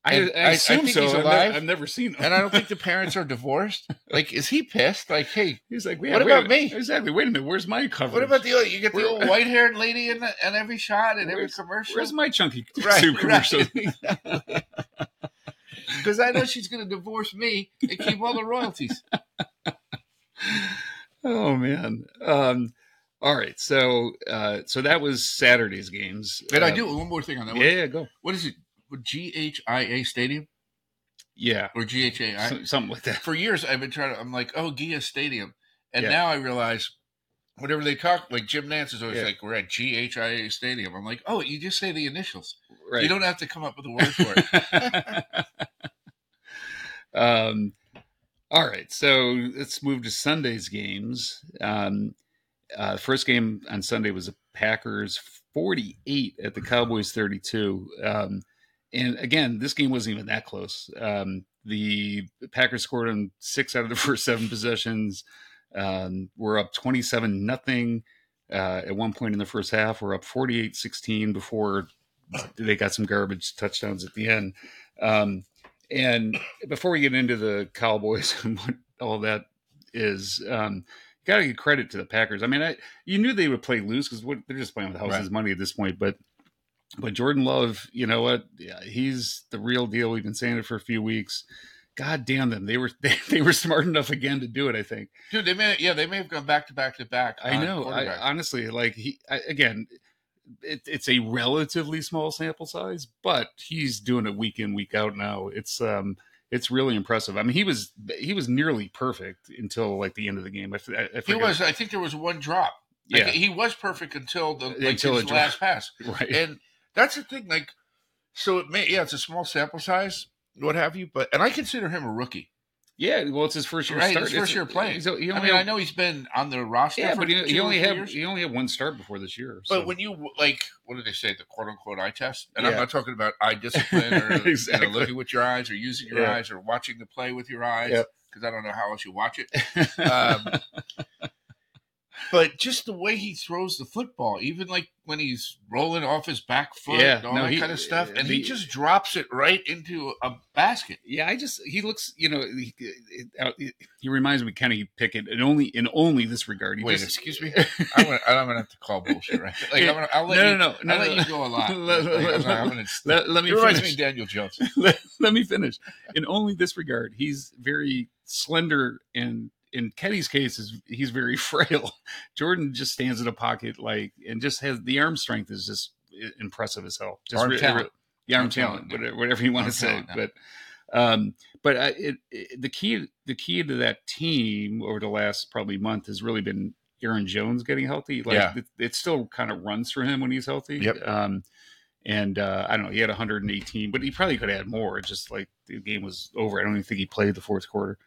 [SPEAKER 4] I,
[SPEAKER 5] And
[SPEAKER 4] I,
[SPEAKER 5] I- I
[SPEAKER 4] assume
[SPEAKER 5] think
[SPEAKER 4] so.
[SPEAKER 5] he's
[SPEAKER 4] I've ne-
[SPEAKER 5] alive.
[SPEAKER 4] I've never seen them.
[SPEAKER 5] and I don't think the parents are divorced. Like, is he pissed? Like, hey,
[SPEAKER 4] He's like,
[SPEAKER 5] What
[SPEAKER 4] wait a
[SPEAKER 5] about
[SPEAKER 4] minute-
[SPEAKER 5] me?
[SPEAKER 4] Exactly. Wait a minute. Where's my coverage?
[SPEAKER 5] what about the other? You get the
[SPEAKER 4] Where-
[SPEAKER 5] old white-haired lady in, the, in every shot and every
[SPEAKER 4] Where's-
[SPEAKER 5] commercial.
[SPEAKER 4] Where's my chunky
[SPEAKER 5] Right,
[SPEAKER 4] soup
[SPEAKER 5] right.
[SPEAKER 4] commercial?
[SPEAKER 5] Because I know she's gonna divorce me and keep all the royalties.
[SPEAKER 4] Oh man. Um, all right. So uh, so that was Saturday's games.
[SPEAKER 5] And I
[SPEAKER 4] Uh,
[SPEAKER 5] do one more thing on that.
[SPEAKER 4] Yeah,
[SPEAKER 5] one.
[SPEAKER 4] yeah, go.
[SPEAKER 5] What is it? G H I A Stadium
[SPEAKER 4] Yeah,
[SPEAKER 5] or G H A I?
[SPEAKER 4] so- something like that.
[SPEAKER 5] for years I've been trying to I'm like, oh Gia Stadium. And
[SPEAKER 4] Yeah.
[SPEAKER 5] now I realize whenever they talk, like Jim Nance is always
[SPEAKER 4] Yeah.
[SPEAKER 5] like, We're at G H I A Stadium. I'm like, Oh, you just say the initials.
[SPEAKER 4] Right.
[SPEAKER 5] You don't have to come up with a word for it.
[SPEAKER 4] um, all right, so let's move to Sunday's games. Um, uh, first game on Sunday was the Packers 48 at the Cowboys 32. Um, and again, this game wasn't even that close. Um, the Packers scored on six out of the first seven possessions. Um, we're up 27 nothing uh, at one point in the first half. We're up 48 16 before they got some garbage touchdowns at the end. Um, and before we get into the Cowboys and what all that is, um, got to give credit to the Packers. I mean, I, you knew they would play loose because they're just playing with house's
[SPEAKER 5] Right.
[SPEAKER 4] money at this point. But but Jordan Love, you know what? Yeah, he's the real deal. We've been saying it for a few weeks. God damn them! They were they, they were smart enough again to do it. I think.
[SPEAKER 5] Dude, they may yeah, they may have gone back to back to back.
[SPEAKER 4] I
[SPEAKER 5] on
[SPEAKER 4] know. I,
[SPEAKER 5] quarterback.
[SPEAKER 4] honestly, like he I, again, it, it's a relatively small sample size, but he's doing it week in week out now. It's um, it's really impressive. I mean, he was he was nearly perfect until like the end of the game. I, f- I- I
[SPEAKER 5] he
[SPEAKER 4] forget-
[SPEAKER 5] was I think there was one drop. Like,
[SPEAKER 4] yeah,
[SPEAKER 5] he was perfect until the like
[SPEAKER 4] Until
[SPEAKER 5] his
[SPEAKER 4] it
[SPEAKER 5] last pass.
[SPEAKER 4] right.
[SPEAKER 5] And that's the thing, like so it may yeah, it's a small sample size, what have you, but and I consider him a rookie.
[SPEAKER 4] yeah, well, it's his first year.
[SPEAKER 5] Right,
[SPEAKER 4] start.
[SPEAKER 5] his first
[SPEAKER 4] It's-
[SPEAKER 5] year playing.
[SPEAKER 4] he's- he
[SPEAKER 5] I
[SPEAKER 4] only
[SPEAKER 5] mean, I
[SPEAKER 4] had-
[SPEAKER 5] know he's been on the roster.
[SPEAKER 4] Yeah,
[SPEAKER 5] for
[SPEAKER 4] but
[SPEAKER 5] two
[SPEAKER 4] he, he
[SPEAKER 5] or
[SPEAKER 4] only
[SPEAKER 5] three
[SPEAKER 4] had
[SPEAKER 5] years.
[SPEAKER 4] he only had one start before this year.
[SPEAKER 5] But
[SPEAKER 4] so-
[SPEAKER 5] when you like, what do they say? The quote unquote eye test, and I'm
[SPEAKER 4] Yeah.
[SPEAKER 5] not talking about eye discipline or you know,
[SPEAKER 4] Exactly.
[SPEAKER 5] looking with your eyes or using your
[SPEAKER 4] Yeah.
[SPEAKER 5] eyes or watching the play with your eyes,
[SPEAKER 4] Yeah.
[SPEAKER 5] because I don't know how else you watch it.
[SPEAKER 4] uh,
[SPEAKER 5] Um, but just the way he throws the football, even like when he's rolling off his back foot
[SPEAKER 4] Yeah,
[SPEAKER 5] and all
[SPEAKER 4] no,
[SPEAKER 5] that
[SPEAKER 4] he-
[SPEAKER 5] kind of stuff, and he
[SPEAKER 4] the-
[SPEAKER 5] just drops it right into a basket.
[SPEAKER 4] Yeah, I just he looks, you know, he, he, he reminds me of Kenny Pickett, and only in only this regard. He
[SPEAKER 5] Wait,
[SPEAKER 4] just,
[SPEAKER 5] excuse me. I'm gonna, I'm gonna have to call bullshit. Right? Like I'm gonna, I'll
[SPEAKER 4] no,
[SPEAKER 5] let
[SPEAKER 4] no,
[SPEAKER 5] you,
[SPEAKER 4] no, no,
[SPEAKER 5] I'll
[SPEAKER 4] no.
[SPEAKER 5] let you go a lot.
[SPEAKER 4] Let-
[SPEAKER 5] Like, I'm
[SPEAKER 4] let-
[SPEAKER 5] gonna- I'm gonna-
[SPEAKER 4] Let, let me
[SPEAKER 5] it reminds me
[SPEAKER 4] finish.
[SPEAKER 5] of Daniel Jones.
[SPEAKER 4] let, let me finish. In only this regard, he's very slender, and in Kenny's case, is he's very frail. Jordan just stands in a pocket like, and just has the arm strength is just i- impressive as hell. Just
[SPEAKER 5] Arm talent.
[SPEAKER 4] the arm,
[SPEAKER 5] Arm
[SPEAKER 4] talent,
[SPEAKER 5] talent, yeah.
[SPEAKER 4] whatever, whatever you want
[SPEAKER 5] Arm
[SPEAKER 4] to say.
[SPEAKER 5] talent, yeah.
[SPEAKER 4] But, um, but I, it, it, the key, the key to that team over the last probably month has really been Aaron Jones getting healthy. Like
[SPEAKER 5] Yeah.
[SPEAKER 4] it, it still kind of runs through him when he's healthy.
[SPEAKER 5] Yep.
[SPEAKER 4] Um, and uh, I don't know, he had 118, but he probably could add more. It's just like the game was over. I don't even think he played the fourth quarter.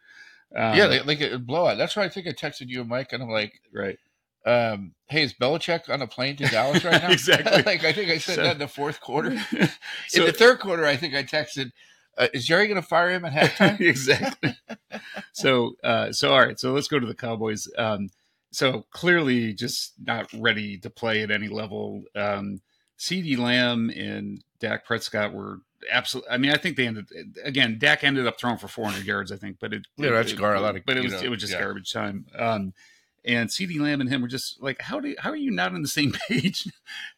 [SPEAKER 4] Um,
[SPEAKER 5] yeah, like, like a blowout. That's why I think I texted you, Mike, and I'm like,
[SPEAKER 4] right.
[SPEAKER 5] um, "Hey, is Belichick on a plane to Dallas right now?"
[SPEAKER 4] Exactly.
[SPEAKER 5] like I think I said
[SPEAKER 4] So-
[SPEAKER 5] that in the fourth quarter.
[SPEAKER 4] so,
[SPEAKER 5] in the third quarter, I think I texted, uh, "Is Jerry going to fire him at halftime?"
[SPEAKER 4] exactly. so, uh, so all right. So let's go to the Cowboys. Um, so clearly, just not ready to play at any level. Um, C.D. Lamb and Dak Prescott were absolutely. I mean, I think they ended again. Dak ended up throwing for 400 yards, I think, but it.
[SPEAKER 5] Yeah, that's
[SPEAKER 4] it-
[SPEAKER 5] gar- a lot of-
[SPEAKER 4] But
[SPEAKER 5] you
[SPEAKER 4] it was
[SPEAKER 5] know,
[SPEAKER 4] it was just
[SPEAKER 5] yeah.
[SPEAKER 4] garbage time. Um, and C.D. Lamb and him were just like, how do how are you not on the same page?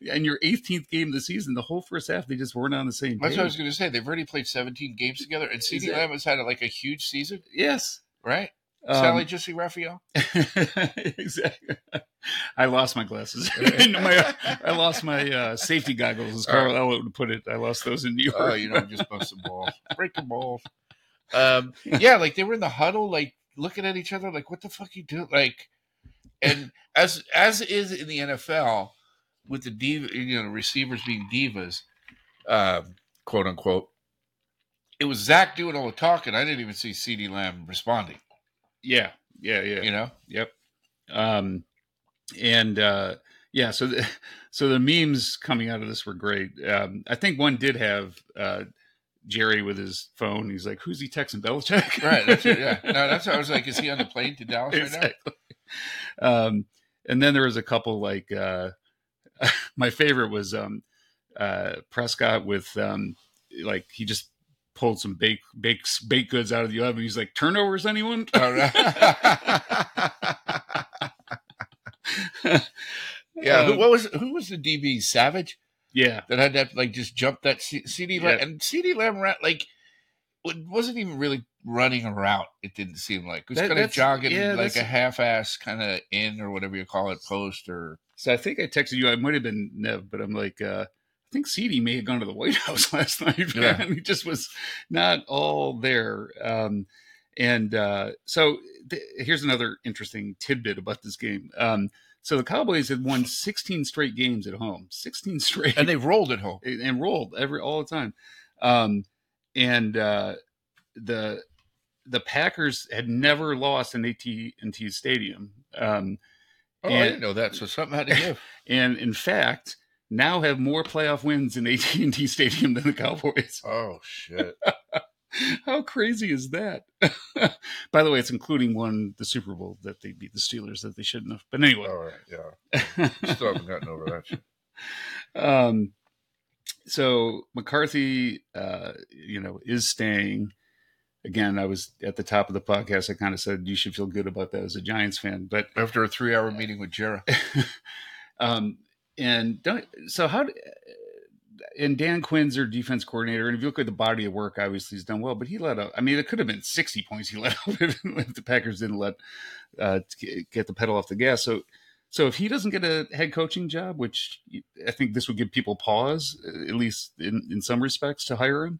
[SPEAKER 4] and your 18th game of the season, the whole first half, they just weren't on the same
[SPEAKER 5] That's
[SPEAKER 4] page.
[SPEAKER 5] what I was going to say. They've already played 17 games together, and CD
[SPEAKER 4] Exactly.
[SPEAKER 5] Lamb has had like a huge season,
[SPEAKER 4] yes.
[SPEAKER 5] right?
[SPEAKER 4] Um,
[SPEAKER 5] Sally, Jesse, Raphael.
[SPEAKER 4] exactly. I lost my glasses. And my- I lost my uh, safety goggles, as Carl Elliott would put it. I lost those in New York.
[SPEAKER 5] Oh, you know, just bust the ball, break the ball. Um, yeah, like they were in the huddle, like looking at each other, like what the fuck you do, like. And as as is in the NFL, with the diva, you know, receivers being divas, um, quote unquote. It was Zach doing all the talking. I didn't even see Ceedee Lamb responding.
[SPEAKER 4] yeah, yeah, yeah.
[SPEAKER 5] You know,
[SPEAKER 4] Yep. Um, and uh, yeah, so the, so the memes coming out of this were great. Um, I think one did have uh, Jerry with his phone. He's like, "Who's he texting, Belichick?"
[SPEAKER 5] right? That's it, yeah. No, that's what I was like. Is he on the plane to Dallas right now?
[SPEAKER 4] exactly. Um, and then there was a couple like uh, my favorite was um, uh, Prescott with um, like he just pulled some baked baked baked goods out of the oven. He's like turnovers, anyone?
[SPEAKER 5] All Oh, right. yeah. Who,
[SPEAKER 4] Um,
[SPEAKER 5] what was who was the DB Savage?
[SPEAKER 4] yeah,
[SPEAKER 5] that had that like just jump that C- CD Lamb
[SPEAKER 4] Yeah.
[SPEAKER 5] and CD Lamb ran like it wasn't even really running a route. It didn't seem like it was
[SPEAKER 4] That-
[SPEAKER 5] kind of
[SPEAKER 4] that's-
[SPEAKER 5] jogging
[SPEAKER 4] yeah,
[SPEAKER 5] like
[SPEAKER 4] that's-
[SPEAKER 5] a half-ass kind of in or whatever you call it, post or
[SPEAKER 4] So I think I texted you. I might have been Nev, but I'm like, uh, I think CD may have gone to the White House last night.
[SPEAKER 5] Yeah.
[SPEAKER 4] Man. He just was not all there. Um, and uh, so th- here's another interesting tidbit about this game. Um, so the Cowboys had won 16 straight games at home, 16 straight
[SPEAKER 5] and they rolled it home.
[SPEAKER 4] and and rolled every all the time. Um, and uh, the the Packers had never lost in AT&T Stadium. Um,
[SPEAKER 5] Oh, I
[SPEAKER 4] And-
[SPEAKER 5] didn't know that. So something had to give.
[SPEAKER 4] and in fact, now have more playoff wins in AT&T Stadium than the Cowboys.
[SPEAKER 5] Oh shit!
[SPEAKER 4] How crazy is that? By the way, it's including one the Super Bowl that they beat the Steelers that they shouldn't have. But anyway,
[SPEAKER 5] All right, yeah. Still haven't gotten over that. Shit.
[SPEAKER 4] um, so McCarthy, uh, you know, is staying. Again, I was at the top of the podcast. I kind of said you should feel good about that as a Giants fan, but
[SPEAKER 5] After a three-hour meeting with Jera,
[SPEAKER 4] um, and don't, so how? d- And Dan Quinn's their defense coordinator, and if you look at the body of work, obviously he's done well. But he let up. I mean, it could have been sixty points he let up if, if the Packers didn't let uh, t- get the pedal off the gas. So, so if he doesn't get a head coaching job, which I think this would give people pause, uh, at least in, in some respects, to hire him.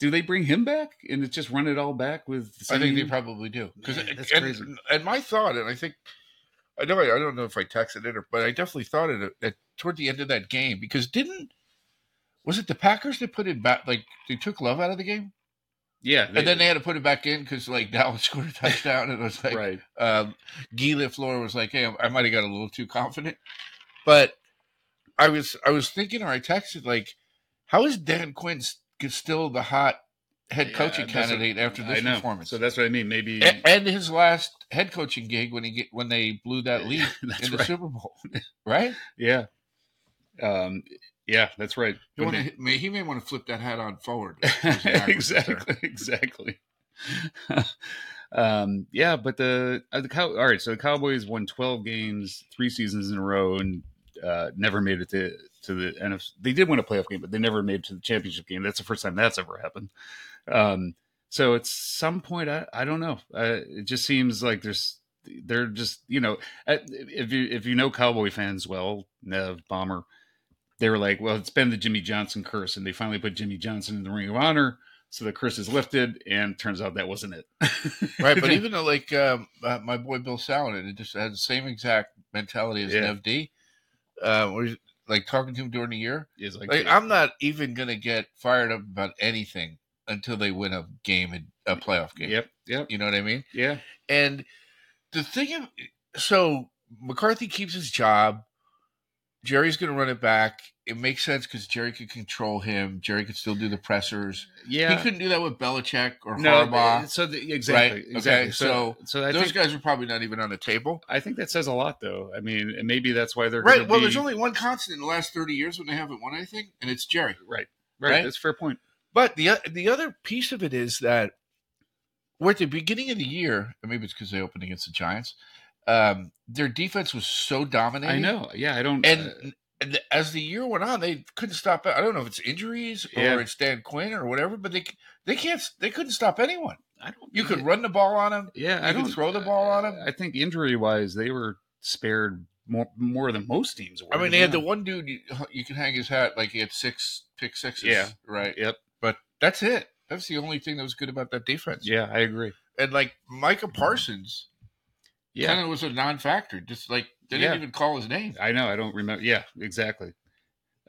[SPEAKER 4] Do they bring him back and it just run it all back with? The
[SPEAKER 5] I think they
[SPEAKER 4] same-
[SPEAKER 5] probably do. Because
[SPEAKER 4] Yeah, that's crazy.
[SPEAKER 5] and, and my thought, and I think I know I, I don't know if I texted it or, but I definitely thought it at, toward the end of that game because didn't was it the Packers that put it back? Like they took Love out of the game,
[SPEAKER 4] yeah,
[SPEAKER 5] and then they had to put it back in because like Dallas scored a touchdown, and it was like
[SPEAKER 4] right.
[SPEAKER 5] um, Guy Lafleur was like, "Hey, I might have got a little too confident," but I was I was thinking, or I texted like, "How is Dan Quinn s- still the hot head
[SPEAKER 4] Yeah,
[SPEAKER 5] coaching
[SPEAKER 4] that's what-
[SPEAKER 5] candidate after this
[SPEAKER 4] I know.
[SPEAKER 5] performance?"
[SPEAKER 4] So that's what I mean. Maybe
[SPEAKER 5] A- and his last head coaching gig when he get, when they blew that lead
[SPEAKER 4] That's
[SPEAKER 5] in the
[SPEAKER 4] right.
[SPEAKER 5] Super Bowl, right?
[SPEAKER 4] Yeah. Um, yeah, that's right.
[SPEAKER 5] He,
[SPEAKER 4] When
[SPEAKER 5] wanna,
[SPEAKER 4] they-
[SPEAKER 5] may, he may want to flip that hat on forward.
[SPEAKER 4] exactly, exactly. um, yeah, but the uh, the cow. All right, so the Cowboys won twelve games, three seasons in a row, and uh, never made it to to the NFC. They did win a playoff game, but they never made it to the championship game. That's the first time that's ever happened. Um, so at some point, I, I don't know. Uh, it just seems like there's they're just you know uh, if you if you know Cowboy fans well, Nev Bomber, they were like, well, it's been the Jimmy Johnson curse, and they finally put Jimmy Johnson in the Ring of Honor, so the curse is lifted, and turns out that wasn't it.
[SPEAKER 5] right? But even though, like um, uh, my boy Bill Salad, it just had the same exact mentality as
[SPEAKER 4] Yeah.
[SPEAKER 5] an FD. Um, where he's, like talking to him during the year,
[SPEAKER 4] is like,
[SPEAKER 5] like I'm not even gonna get fired up about anything until they win a game, in, a playoff game.
[SPEAKER 4] yep, yep,
[SPEAKER 5] You know what I mean?
[SPEAKER 4] yeah,
[SPEAKER 5] And the thing of so McCarthy keeps his job. Jerry's going to run it back. It makes sense because Jerry could control him. Jerry could still do the pressers.
[SPEAKER 4] yeah.
[SPEAKER 5] He couldn't do that with Belichick or
[SPEAKER 4] no, uh,
[SPEAKER 5] Harbaugh.
[SPEAKER 4] so the, exactly,
[SPEAKER 5] Okay,
[SPEAKER 4] exactly. so,
[SPEAKER 5] so
[SPEAKER 4] so I
[SPEAKER 5] Those
[SPEAKER 4] think
[SPEAKER 5] guys were probably not even on the table.
[SPEAKER 4] I think that says a lot, though. I mean, and maybe that's why they're
[SPEAKER 5] Right.
[SPEAKER 4] gonna
[SPEAKER 5] Well,
[SPEAKER 4] be-
[SPEAKER 5] there's only one constant in the last 30 years when they haven't won anything, and it's Jerry.
[SPEAKER 4] right, right.
[SPEAKER 5] right?
[SPEAKER 4] That's a fair point.
[SPEAKER 5] But the the other piece of it is that we're at the beginning of the year, and maybe it's because they opened against the Giants. Um, their defense was so dominating.
[SPEAKER 4] I know. Yeah, I don't.
[SPEAKER 5] and
[SPEAKER 4] uh,
[SPEAKER 5] and as the year went on, they couldn't stop. I don't know if it's injuries or
[SPEAKER 4] Yeah.
[SPEAKER 5] it's Dan Quinn or whatever, but they they can't they couldn't stop anyone.
[SPEAKER 4] I don't.
[SPEAKER 5] You could run the ball on them.
[SPEAKER 4] Yeah, I
[SPEAKER 5] You could
[SPEAKER 4] don't
[SPEAKER 5] throw the ball on 'em.
[SPEAKER 4] I think injury wise, they were spared more more than most teams. Were,
[SPEAKER 5] I mean, they had the
[SPEAKER 4] Yeah.
[SPEAKER 5] one dude you, you can hang his hat like he had six pick sixes.
[SPEAKER 4] Yeah.
[SPEAKER 5] right.
[SPEAKER 4] Yep.
[SPEAKER 5] But that's it. That's the only thing that was good about that defense.
[SPEAKER 4] Yeah, I agree.
[SPEAKER 5] And like Micah Parsons,
[SPEAKER 4] Yeah,
[SPEAKER 5] kind of was a non-factor. Just like they
[SPEAKER 4] Yeah.
[SPEAKER 5] didn't even call his name.
[SPEAKER 4] I know. I don't remember. Yeah, exactly.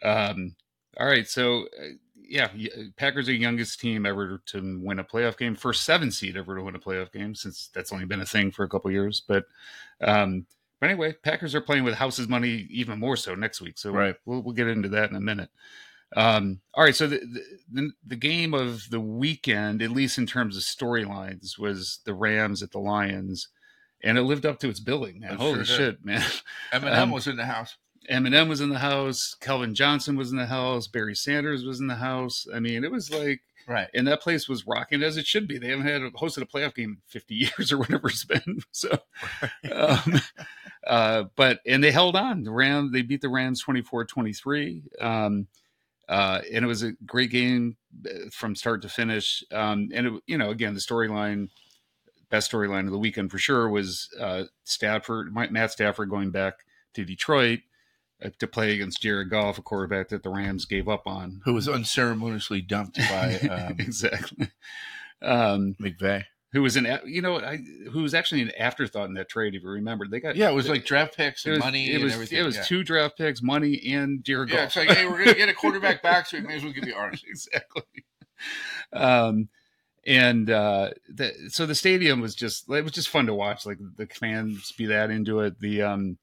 [SPEAKER 4] Um, all right. So, uh, yeah, y- Packers are the youngest team ever to win a playoff game, first seven seed ever to win a playoff game, since that's only been a thing for a couple years. But, um, but anyway, Packers are playing with houses money even more so next week. So
[SPEAKER 5] Right.
[SPEAKER 4] we'll we'll get into that in a minute. Um, all right. So the, the the- the game of the weekend, at least in terms of storylines, was the Rams at the Lions. And it lived up to its billing, man.
[SPEAKER 5] It sure
[SPEAKER 4] Holy
[SPEAKER 5] did.
[SPEAKER 4] shit, man!
[SPEAKER 5] Eminem
[SPEAKER 4] Um,
[SPEAKER 5] was in the house.
[SPEAKER 4] Eminem was in the house. Calvin Johnson was in the house. Barry Sanders was in the house. I mean, it was like,
[SPEAKER 5] Right.
[SPEAKER 4] and that place was rocking as it should be. They haven't had a, hosted a playoff game in 50 years or whatever it's been. So, um, uh, but, and they held on. The Rams, they beat the Rams 24 23. Um, uh, and it was a great game uh, from start to finish. Um, and, it, you know, again, the storyline, best storyline of the weekend for sure was uh, Stafford, Matt Stafford going back to Detroit uh, to play against Jared Goff, a quarterback that the Rams gave up on.
[SPEAKER 5] Who was unceremoniously dumped by um,
[SPEAKER 4] exactly. Um,
[SPEAKER 5] McVeigh.
[SPEAKER 4] who was an a- you know I, who was actually an afterthought in that trade if you remember they got
[SPEAKER 5] Yeah, it was like draft picks
[SPEAKER 4] it
[SPEAKER 5] and
[SPEAKER 4] was
[SPEAKER 5] money
[SPEAKER 4] it
[SPEAKER 5] and
[SPEAKER 4] was
[SPEAKER 5] everything.
[SPEAKER 4] it was
[SPEAKER 5] yeah.
[SPEAKER 4] two draft picks money and Jared
[SPEAKER 5] Yeah, it's
[SPEAKER 4] Goff
[SPEAKER 5] like, hey, we're gonna get a quarterback back, so we may as well give you ours.
[SPEAKER 4] exactly. Um, and uh, the, so the stadium was just it was just fun to watch. Like the fans be that into it. The um,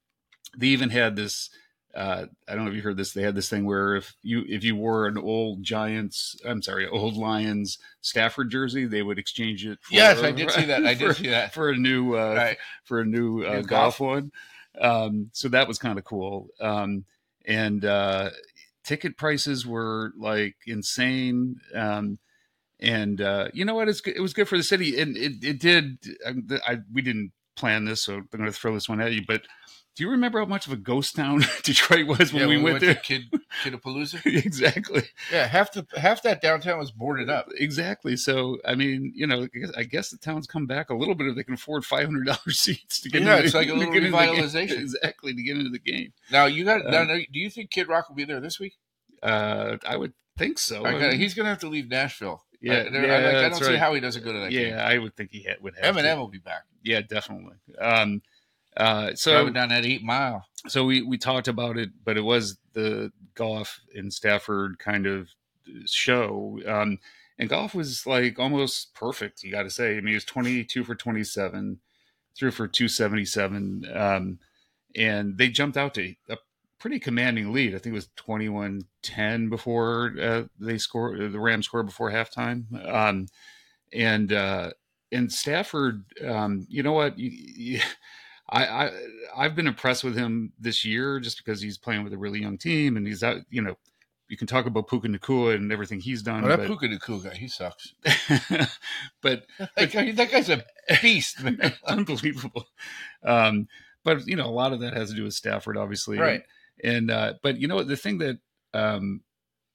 [SPEAKER 4] they even had this uh, I don't know if you heard this. They had this thing where if you if you wore an old Giants, I'm sorry, old Lions Stafford jersey, they would exchange it. For,
[SPEAKER 5] Yes, I did see that. I did
[SPEAKER 4] for-
[SPEAKER 5] see that.
[SPEAKER 4] for a new uh,
[SPEAKER 5] Right.
[SPEAKER 4] for a new uh,
[SPEAKER 5] New golf.
[SPEAKER 4] golf one. Um, so that was kind of cool. Um, and uh, ticket prices were like insane. Um, and uh, you know what? It's, good- it was good for the city, and it, it did. um, I, I, we didn't plan this, so I'm going to throw this one at you. But do you remember how much of a ghost town Detroit was when
[SPEAKER 5] yeah,
[SPEAKER 4] we, went, there?
[SPEAKER 5] to Kid Kidapalooza.
[SPEAKER 4] exactly,
[SPEAKER 5] yeah, half the half that downtown was boarded up.
[SPEAKER 4] exactly. So I mean, you know, I guess, I guess the town's come back a little bit if they can afford five hundred dollars seats to get.
[SPEAKER 5] Yeah,
[SPEAKER 4] into,
[SPEAKER 5] it's like a
[SPEAKER 4] to
[SPEAKER 5] little
[SPEAKER 4] get into the game.
[SPEAKER 5] revitalization.
[SPEAKER 4] exactly to get into the game.
[SPEAKER 5] Now you got. now,
[SPEAKER 4] Um,
[SPEAKER 5] now, do you think Kid Rock will be there this week?
[SPEAKER 4] Uh, I would think so. I
[SPEAKER 5] I gotta-
[SPEAKER 4] mean,
[SPEAKER 5] he's gonna have to leave Nashville.
[SPEAKER 4] Yeah,
[SPEAKER 5] I, there- I-
[SPEAKER 4] yeah,
[SPEAKER 5] like, I
[SPEAKER 4] that's
[SPEAKER 5] don't see
[SPEAKER 4] right.
[SPEAKER 5] how he doesn't go to that game.
[SPEAKER 4] yeah, I would think he ha- would have. to.
[SPEAKER 5] Eminem will be back.
[SPEAKER 4] Yeah, definitely. Um, uh,
[SPEAKER 5] So
[SPEAKER 4] so
[SPEAKER 5] Driving down that eight mile.
[SPEAKER 4] so we we talked about it, but it was the Goff and Stafford kind of show. Um, and Goff was like almost perfect. You got to say, I mean, he was twenty two for twenty seven, threw for two seventy seven, um, and they jumped out to a pretty commanding lead. I think it was 21-10 before uh, they score. The Rams scored before halftime, um, and uh, and Stafford, um, you know what? You, you, I, I I've been impressed with him this year just because he's playing with a really young team and he's out. You know, you can talk about Puka Nakua and everything he's done,
[SPEAKER 5] Oh, that
[SPEAKER 4] but-
[SPEAKER 5] Puka Nakua guy, he sucks.
[SPEAKER 4] but
[SPEAKER 5] That, guy, that guy's a beast, man.
[SPEAKER 4] unbelievable. Um, but you know, a lot of that has to do with Stafford, obviously,
[SPEAKER 5] right.
[SPEAKER 4] And uh, but you know, what, the thing that um,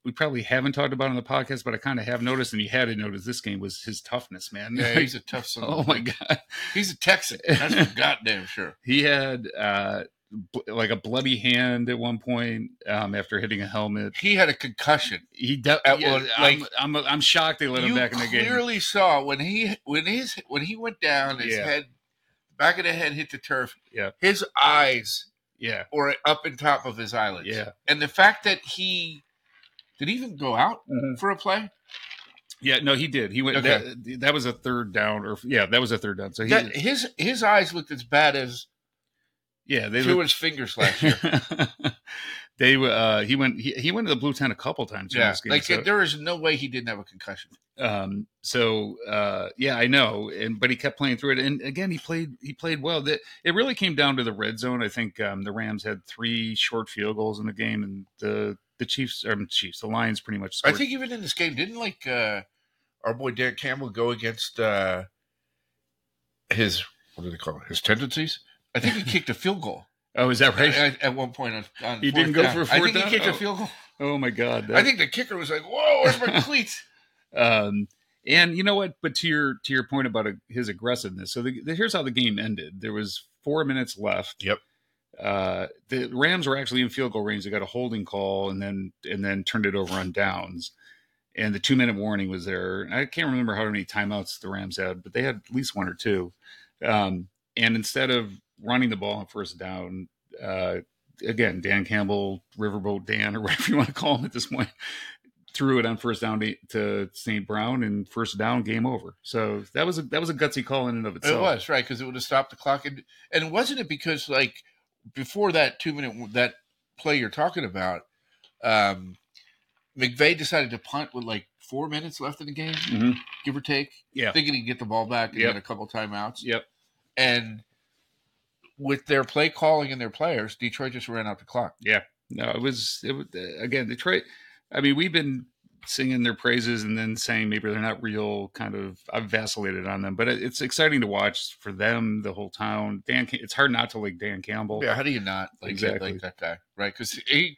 [SPEAKER 4] we probably haven't talked about on the podcast, but I kind of have noticed, and you had to notice this game was his toughness, man.
[SPEAKER 5] Yeah, he's a tough son. of a
[SPEAKER 4] oh my
[SPEAKER 5] bitch.
[SPEAKER 4] god,
[SPEAKER 5] He's a Texan. That's for goddamn sure.
[SPEAKER 4] he had uh, bl- like a bloody hand at one point um, after hitting a helmet.
[SPEAKER 5] He had a concussion.
[SPEAKER 4] He de-
[SPEAKER 5] At
[SPEAKER 4] yeah,
[SPEAKER 5] one-
[SPEAKER 4] I'm,
[SPEAKER 5] like-
[SPEAKER 4] I'm I'm shocked they let him
[SPEAKER 5] you
[SPEAKER 4] back in the game.
[SPEAKER 5] clearly saw when he when his when he went down, his
[SPEAKER 4] Yeah.
[SPEAKER 5] head, back of the head hit the turf.
[SPEAKER 4] Yeah.
[SPEAKER 5] His eyes
[SPEAKER 4] Yeah,
[SPEAKER 5] or up and top of his eyelids.
[SPEAKER 4] Yeah.
[SPEAKER 5] And the fact that he did he even go out for a play.
[SPEAKER 4] yeah. No, he did. He went.
[SPEAKER 5] Okay.
[SPEAKER 4] That, that was a third down, or yeah, that was a third down. So he,
[SPEAKER 5] That, his his eyes looked as bad as
[SPEAKER 4] yeah, they
[SPEAKER 5] two
[SPEAKER 4] looked-
[SPEAKER 5] of his fingers last year.
[SPEAKER 4] they were, uh he went he, he went to the blue tent a couple times during
[SPEAKER 5] yeah.
[SPEAKER 4] this game.
[SPEAKER 5] Like
[SPEAKER 4] so,
[SPEAKER 5] there is no way he didn't have a concussion.
[SPEAKER 4] um so uh yeah, I know. And but he kept playing through it and again he played he played well. That it really came down to the red zone. I think um the Rams had three short field goals in the game and the the Chiefs or Chiefs, the Lions pretty much scored.
[SPEAKER 5] I think even in this game, didn't like uh, our boy Dan Campbell go against uh, his what do they call it? His tendencies. I think he kicked a field goal
[SPEAKER 4] oh, is that right?
[SPEAKER 5] at, at one point on. on
[SPEAKER 4] He
[SPEAKER 5] fourth
[SPEAKER 4] didn't go
[SPEAKER 5] down.
[SPEAKER 4] for a
[SPEAKER 5] I
[SPEAKER 4] fourth
[SPEAKER 5] think
[SPEAKER 4] down?
[SPEAKER 5] he kicked
[SPEAKER 4] Oh.
[SPEAKER 5] a field goal.
[SPEAKER 4] oh my god.
[SPEAKER 5] I
[SPEAKER 4] that-
[SPEAKER 5] think the kicker was like, "Whoa, where's my cleats?"
[SPEAKER 4] um and you know what but to your to your point about uh, his aggressiveness so the, the, here's how the game ended there was four minutes left
[SPEAKER 5] Yep.
[SPEAKER 4] uh the rams were actually in field goal range they got a holding call and then and then turned it over on downs and the two minute warning was there And i can't remember how many timeouts the rams had but they had at least one or two um and instead of running the ball on first down uh again dan campbell riverboat dan or whatever you want to call him at this point threw it on first down to, to St. Brown and first down game over. So that was a that was a gutsy call in and of itself.
[SPEAKER 5] it was right because it would have stopped the clock, and and wasn't it because like before that two minute that play you're talking about, um, McVeigh decided to punt with like four minutes left in the game,
[SPEAKER 4] Mhm.
[SPEAKER 5] give or take,
[SPEAKER 4] Yeah.
[SPEAKER 5] thinking he'd get the ball back and
[SPEAKER 4] Yep.
[SPEAKER 5] get a couple timeouts.
[SPEAKER 4] Yep.
[SPEAKER 5] and with their play calling and their players, Detroit just ran out the clock.
[SPEAKER 4] No, it was it was uh, again Detroit. I mean, we've been singing their praises and then saying maybe they're not real. Kind of, I've vacillated on them, but it, it's exciting to watch for them. The whole town, Dan. Ca- It's hard not to like Dan Campbell.
[SPEAKER 5] Yeah, how do you not like
[SPEAKER 4] Exactly.
[SPEAKER 5] like that guy, right? Because he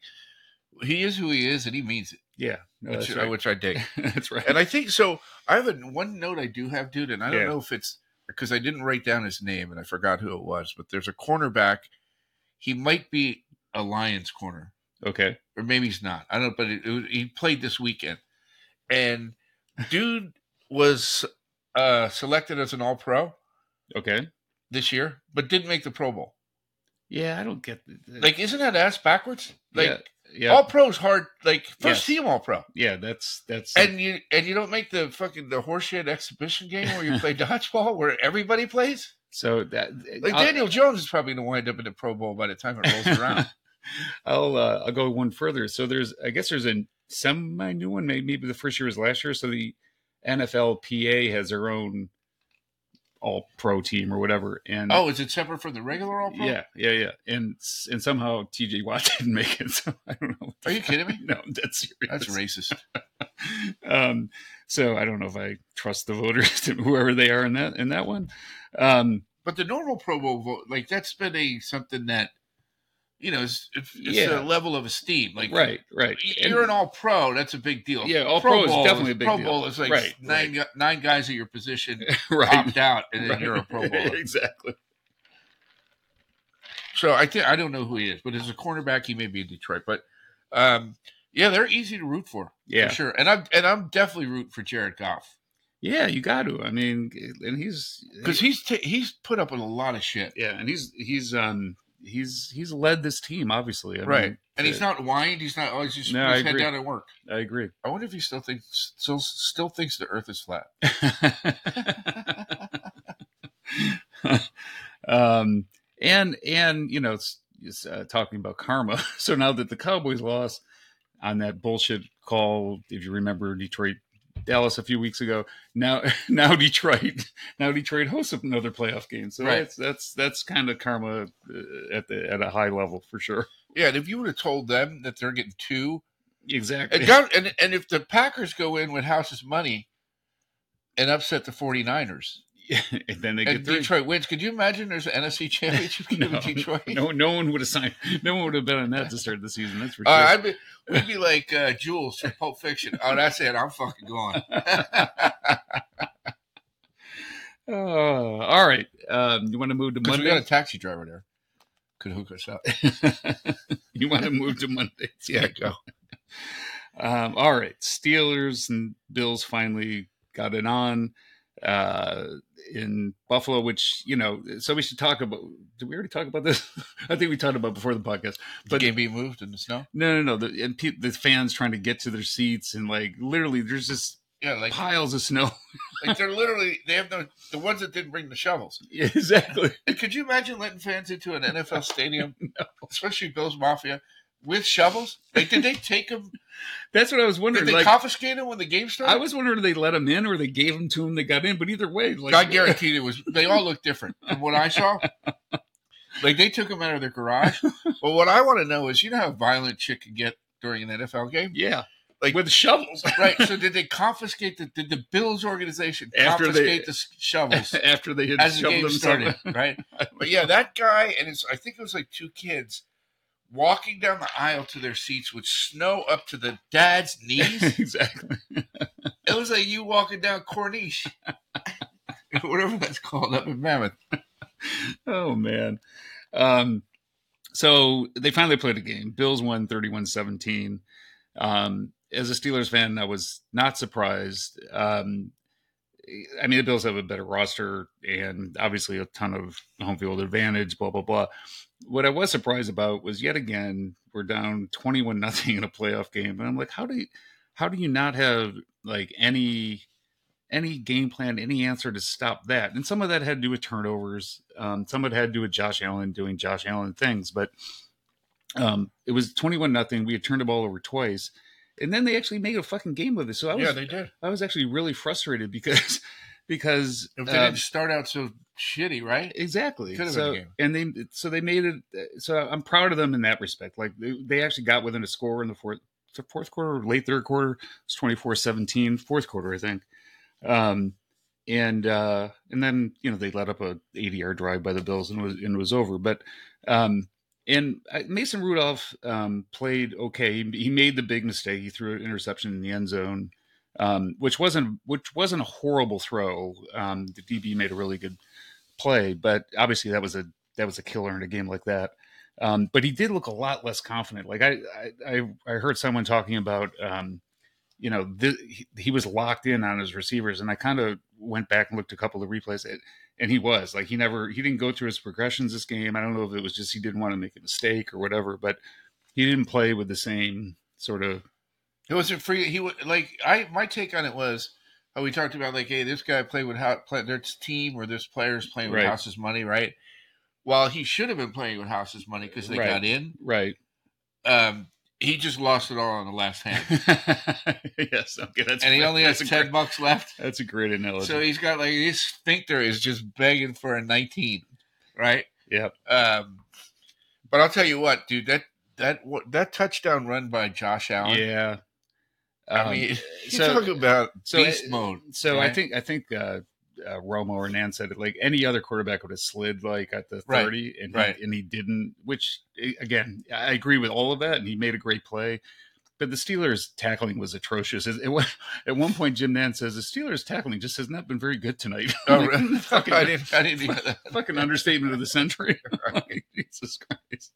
[SPEAKER 5] he is who he is, and he means it,
[SPEAKER 4] yeah. No,
[SPEAKER 5] which,
[SPEAKER 4] Oh, that's
[SPEAKER 5] I
[SPEAKER 4] right.
[SPEAKER 5] which I dig.
[SPEAKER 4] that's right.
[SPEAKER 5] And I think so. I have a one note I do have, dude, and I don't
[SPEAKER 4] Yeah.
[SPEAKER 5] know if it's because I didn't write down his name and I forgot who it was, but there's a cornerback. He might be a Lions corner,
[SPEAKER 4] okay.
[SPEAKER 5] or maybe he's not. I don't know, but it, it, was- he played this weekend. And dude was uh, selected as an all pro
[SPEAKER 4] Okay.
[SPEAKER 5] this year, but didn't make the Pro Bowl.
[SPEAKER 4] Yeah, I don't get
[SPEAKER 5] Like, isn't that ass backwards? Like,
[SPEAKER 4] yeah, yeah,
[SPEAKER 5] all pro's hard. Like, first team all pro.
[SPEAKER 4] yeah. That's that's
[SPEAKER 5] and you and you don't make the fucking the horseshit exhibition game where you play dodgeball where everybody plays.
[SPEAKER 4] so that uh,
[SPEAKER 5] Like
[SPEAKER 4] I'll-
[SPEAKER 5] Daniel Jones is probably going to wind up in the Pro Bowl by the time it rolls around.
[SPEAKER 4] I'll uh, I'll go one further. So there's I guess there's a semi new one. Maybe, maybe the first year was last year. So the NFLPA has their own all pro team or whatever. And
[SPEAKER 5] Oh, is it separate from the regular all pro?
[SPEAKER 4] yeah, yeah, yeah. And s- and somehow TJ Watt didn't make it. So I don't know.
[SPEAKER 5] Are you kidding me?
[SPEAKER 4] No, I'm dead serious.
[SPEAKER 5] That's racist.
[SPEAKER 4] um, so I don't know if I trust the voters, to whoever they are in that in that one. Um,
[SPEAKER 5] But the normal Pro Bowl vote, like that's been a something that, you know, it's, it's a
[SPEAKER 4] Yeah.
[SPEAKER 5] level of esteem. Like
[SPEAKER 4] right, right.
[SPEAKER 5] y-
[SPEAKER 4] And-
[SPEAKER 5] You're an all pro. That's a big deal.
[SPEAKER 4] Yeah, All-Pro is
[SPEAKER 5] Bowl
[SPEAKER 4] definitely a big
[SPEAKER 5] pro
[SPEAKER 4] deal.
[SPEAKER 5] Bowl is like
[SPEAKER 4] Right,
[SPEAKER 5] nine gu- nine guys at your position
[SPEAKER 4] right,
[SPEAKER 5] opt out, and then
[SPEAKER 4] right.
[SPEAKER 5] you're a Pro Bowler.
[SPEAKER 4] exactly.
[SPEAKER 5] So I think I don't know who he is, but as a cornerback, he may be in Detroit. But um, yeah, they're easy to root for,
[SPEAKER 4] Yeah,
[SPEAKER 5] for sure. And I'm and I'm definitely root for Jared Goff
[SPEAKER 4] yeah. You got to. I mean, and he's
[SPEAKER 5] because he's ta he's put up with a lot of shit,
[SPEAKER 4] yeah, and he's he's um he's he's led this team obviously. I mean,
[SPEAKER 5] and he's not whined. He's not. Oh, he's just
[SPEAKER 4] No,
[SPEAKER 5] he's
[SPEAKER 4] I
[SPEAKER 5] head
[SPEAKER 4] agree.
[SPEAKER 5] down and work.
[SPEAKER 4] I agree.
[SPEAKER 5] I wonder if he still thinks still still thinks the Earth is flat.
[SPEAKER 4] um, and and you know, it's, it's, uh, talking about karma. So now that the Cowboys lost on that bullshit call, if you remember Detroit, Dallas a few weeks ago, now now Detroit, now Detroit hosts another playoff game. So
[SPEAKER 5] Right.
[SPEAKER 4] that's that's that's kind of karma uh, at the at a high level for sure.
[SPEAKER 5] Yeah, and if you would have told them that they're getting two,
[SPEAKER 4] Exactly.
[SPEAKER 5] and, God- and and if the Packers go in with House's money and upset the 49ers,
[SPEAKER 4] and then they
[SPEAKER 5] and
[SPEAKER 4] get three.
[SPEAKER 5] Detroit wins, could you imagine there's an NFC championship game
[SPEAKER 4] No,
[SPEAKER 5] in Detroit?
[SPEAKER 4] no, no one would have signed. No one would have bet on that to start the season. That's for sure.
[SPEAKER 5] Uh, I'd be, we'd be like uh, Jules from Pulp Fiction. Oh, that's it. I'm fucking gone.
[SPEAKER 4] Uh, all right. Um, you want to move to
[SPEAKER 5] Because
[SPEAKER 4] Monday?
[SPEAKER 5] we got a taxi driver there. Could hook us up.
[SPEAKER 4] you want to move to Monday?
[SPEAKER 5] Yeah, go.
[SPEAKER 4] Um, all right. Steelers and Bills finally got it on uh, in Buffalo, which you know. So we should talk about. Did we already talk about this? I think we talked about it before the podcast.
[SPEAKER 5] But
[SPEAKER 4] But-
[SPEAKER 5] game being moved in the snow.
[SPEAKER 4] No, no, no. The, and pe- the fans trying to get to their seats and like literally, there's just
[SPEAKER 5] Yeah, like
[SPEAKER 4] piles of snow.
[SPEAKER 5] like they're literally they have no the ones that didn't bring the shovels.
[SPEAKER 4] exactly.
[SPEAKER 5] And could you imagine letting fans into an NFL stadium, especially Bills Mafia, with shovels? Like, did they take them?
[SPEAKER 4] That's what I was
[SPEAKER 5] Did
[SPEAKER 4] wondering.
[SPEAKER 5] they
[SPEAKER 4] Like,
[SPEAKER 5] confiscate them when the game started?
[SPEAKER 4] I was wondering, they let them in or they gave them to them. They got in, but either way, like
[SPEAKER 5] I guaranteed it was. They all look different from what I saw. Like they took them out of their garage. But what I want to know is, you know how violent shit can get during an NFL game,
[SPEAKER 4] Yeah,
[SPEAKER 5] Like-
[SPEAKER 4] with shovels
[SPEAKER 5] right? So did they confiscate the did the Bills organization
[SPEAKER 4] After they-
[SPEAKER 5] confiscate the s- shovels
[SPEAKER 4] after they had
[SPEAKER 5] as the
[SPEAKER 4] shoveled
[SPEAKER 5] game
[SPEAKER 4] them
[SPEAKER 5] started? Right. But yeah, that guy and it's I think it was like two kids walking down the aisle to their seats with snow up to the dad's knees.
[SPEAKER 4] exactly.
[SPEAKER 5] It was like you walking down Corniche, whatever that's called up in Mammoth.
[SPEAKER 4] Oh man. Um, so they finally played a game. Bills won 31-17. Um, as a Steelers fan, I was not surprised. Um, I mean, the Bills have a better roster and obviously a ton of home field advantage, blah, blah, blah. What I was surprised about was yet again, we're down 21 nothing in a playoff game. And I'm like, how do you, how do you not have like any, any game plan, any answer to stop that? And some of that had to do with turnovers. Um, some of it had to do with Josh Allen doing Josh Allen things, but um, it was 21 nothing. We had turned the ball over twice. And then they actually made a fucking game of it. So I was
[SPEAKER 5] Yeah, they did.
[SPEAKER 4] I was actually really frustrated because because
[SPEAKER 5] If they
[SPEAKER 4] um,
[SPEAKER 5] didn't start out so shitty, right?
[SPEAKER 4] exactly
[SPEAKER 5] Could've been
[SPEAKER 4] so
[SPEAKER 5] a game.
[SPEAKER 4] and they so they made it so I'm proud of them in that respect. Like they, they actually got within a score in the fourth the fourth quarter or late third quarter. It's 24-17, fourth quarter I think. Um and uh and then you know they let up a 80 yard drive by the Bills and was and it was over. But um and I- Mason Rudolph um, played okay. He, he made the big mistake. He threw an interception in the end zone, um, which wasn't which wasn't a horrible throw. Um, the DB made a really good play, but obviously that was a that was a killer in a game like that. Um, but he did look a lot less confident. Like I I, I, I heard someone talking about um, you know th- he, he was locked in on his receivers, and I kind of went back and looked a couple of replays, and, and he was like he never he didn't go through his progressions this game. I don't know if it was just he didn't want to make a mistake or whatever, but he didn't play with the same sort of
[SPEAKER 5] It wasn't free. He wa- like I. My take on it was how we talked about like, hey, this guy played with how play, this team or this player is playing with
[SPEAKER 4] Right.
[SPEAKER 5] House's money, right? While he should have been playing with House's money because they
[SPEAKER 4] Right.
[SPEAKER 5] got in,
[SPEAKER 4] right
[SPEAKER 5] um, he just lost it all on the last hand,
[SPEAKER 4] yes. Okay. That's
[SPEAKER 5] and he only has
[SPEAKER 4] that's a
[SPEAKER 5] ten
[SPEAKER 4] great,
[SPEAKER 5] bucks left.
[SPEAKER 4] That's a great analogy.
[SPEAKER 5] So he's got like his sphincter is just begging for a nineteen, right?
[SPEAKER 4] yep.
[SPEAKER 5] Um, but I'll tell you what, dude that that that touchdown run by Josh Allen.
[SPEAKER 4] Yeah.
[SPEAKER 5] I
[SPEAKER 4] Um,
[SPEAKER 5] mean, you
[SPEAKER 4] so-
[SPEAKER 5] talk about
[SPEAKER 4] so
[SPEAKER 5] beast
[SPEAKER 4] it-
[SPEAKER 5] mode.
[SPEAKER 4] So I
[SPEAKER 5] right?
[SPEAKER 4] think I think uh, uh, Romo or Nan said it like any other quarterback would have slid like at the
[SPEAKER 5] Right.
[SPEAKER 4] thirty, and
[SPEAKER 5] Right.
[SPEAKER 4] he, and he didn't. Which eh, again, I agree with all of that, and he made a great play. But the Steelers' tackling was atrocious. It, it, wa- at one point, Jim Nan says the Steelers' tackling just has not been very good tonight.
[SPEAKER 5] Oh, really?
[SPEAKER 4] fucking,
[SPEAKER 5] I didn't. I didn't. Even,
[SPEAKER 4] fucking understatement of the century. Like, Jesus Christ.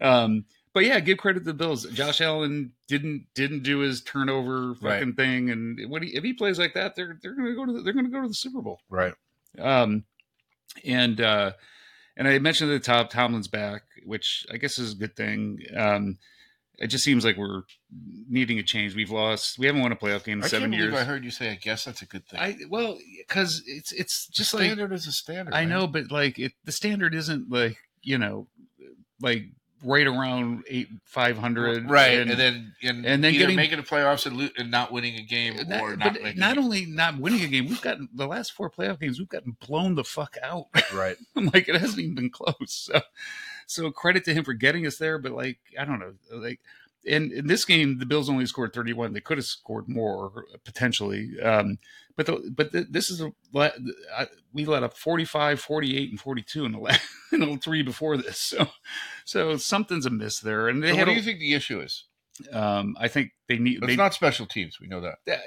[SPEAKER 4] Um, but yeah, give credit to the Bills. Josh Allen didn't didn't do his turnover fucking thing, and when he, if he plays like that, they're they're gonna go to the, they're gonna go to the Super Bowl.
[SPEAKER 5] right.
[SPEAKER 4] Um, and uh, and I mentioned at the top Tomlin's back, which I guess is a good thing. Um, it just seems like we're needing a change. We've lost. We haven't won a playoff game in
[SPEAKER 5] I
[SPEAKER 4] 7
[SPEAKER 5] can't believe
[SPEAKER 4] years.
[SPEAKER 5] I heard you say. I guess that's a good thing.
[SPEAKER 4] I well, because it's it's just like
[SPEAKER 5] standard is a standard.
[SPEAKER 4] I
[SPEAKER 5] man.
[SPEAKER 4] know, but like it, the standard isn't like you know, like right around eight five hundred,
[SPEAKER 5] right? And, then and,
[SPEAKER 4] and then
[SPEAKER 5] either
[SPEAKER 4] getting-
[SPEAKER 5] making the playoffs and, lo- and not winning a game
[SPEAKER 4] not,
[SPEAKER 5] or not
[SPEAKER 4] but
[SPEAKER 5] making
[SPEAKER 4] not
[SPEAKER 5] a
[SPEAKER 4] only not winning a game, we've gotten the last four playoff games, we've gotten blown the fuck out.
[SPEAKER 5] game. right.
[SPEAKER 4] I'm like, it hasn't even been close. So, so credit to him for getting us there. But like, I don't know, like, and in this game, the Bills only scored 31. They could have scored more potentially. Um, but the, but the, this is a, la- I, we let up 45, 48, and 42 in the last in the three before this. So, so something's amiss there. And they
[SPEAKER 5] So what
[SPEAKER 4] had,
[SPEAKER 5] do you
[SPEAKER 4] a-
[SPEAKER 5] think the issue is?
[SPEAKER 4] um, I think they need.
[SPEAKER 5] It's
[SPEAKER 4] They,
[SPEAKER 5] not special teams. We know that.
[SPEAKER 4] uh,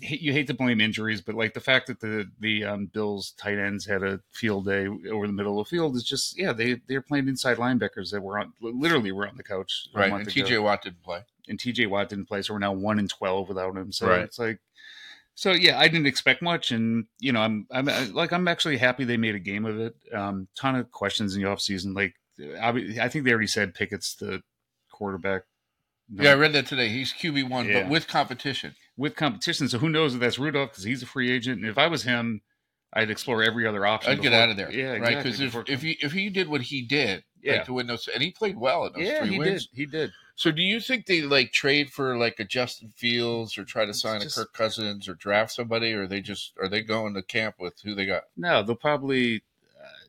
[SPEAKER 4] you hate to blame injuries, but like the fact that the the um, Bills tight ends had a field day over the middle of the field is just yeah they they're playing inside linebackers that were on literally were on the couch a
[SPEAKER 5] Right.
[SPEAKER 4] month
[SPEAKER 5] And
[SPEAKER 4] ago.
[SPEAKER 5] TJ Watt didn't play.
[SPEAKER 4] and TJ Watt didn't play, so we're now one in twelve without him. So
[SPEAKER 5] Right.
[SPEAKER 4] it's like so yeah I didn't expect much, and you know I'm I'm I- like I'm actually happy they made a game of it. Um, ton of questions in the offseason. like I, I think they already said Pickett's the quarterback.
[SPEAKER 5] Yeah, I read that today. He's QB one,
[SPEAKER 4] Yeah.
[SPEAKER 5] but with competition.
[SPEAKER 4] with competition. So who knows if that's Rudolph because he's a free agent. And if I was him, I'd explore every other option.
[SPEAKER 5] I'd get
[SPEAKER 4] before-
[SPEAKER 5] out of there.
[SPEAKER 4] Yeah,
[SPEAKER 5] right.
[SPEAKER 4] exactly.
[SPEAKER 5] Because
[SPEAKER 4] before-
[SPEAKER 5] if, if he if he did what he did,
[SPEAKER 4] Yeah.
[SPEAKER 5] like, to win those, and he played well in those
[SPEAKER 4] yeah,
[SPEAKER 5] three
[SPEAKER 4] he
[SPEAKER 5] wins.
[SPEAKER 4] did. He did.
[SPEAKER 5] So, do you think they like trade for like a Justin Fields or try to
[SPEAKER 4] It's
[SPEAKER 5] sign
[SPEAKER 4] just-
[SPEAKER 5] a Kirk Cousins or draft somebody, or they just are they going to camp with who they got?
[SPEAKER 4] No, they'll probably. Uh,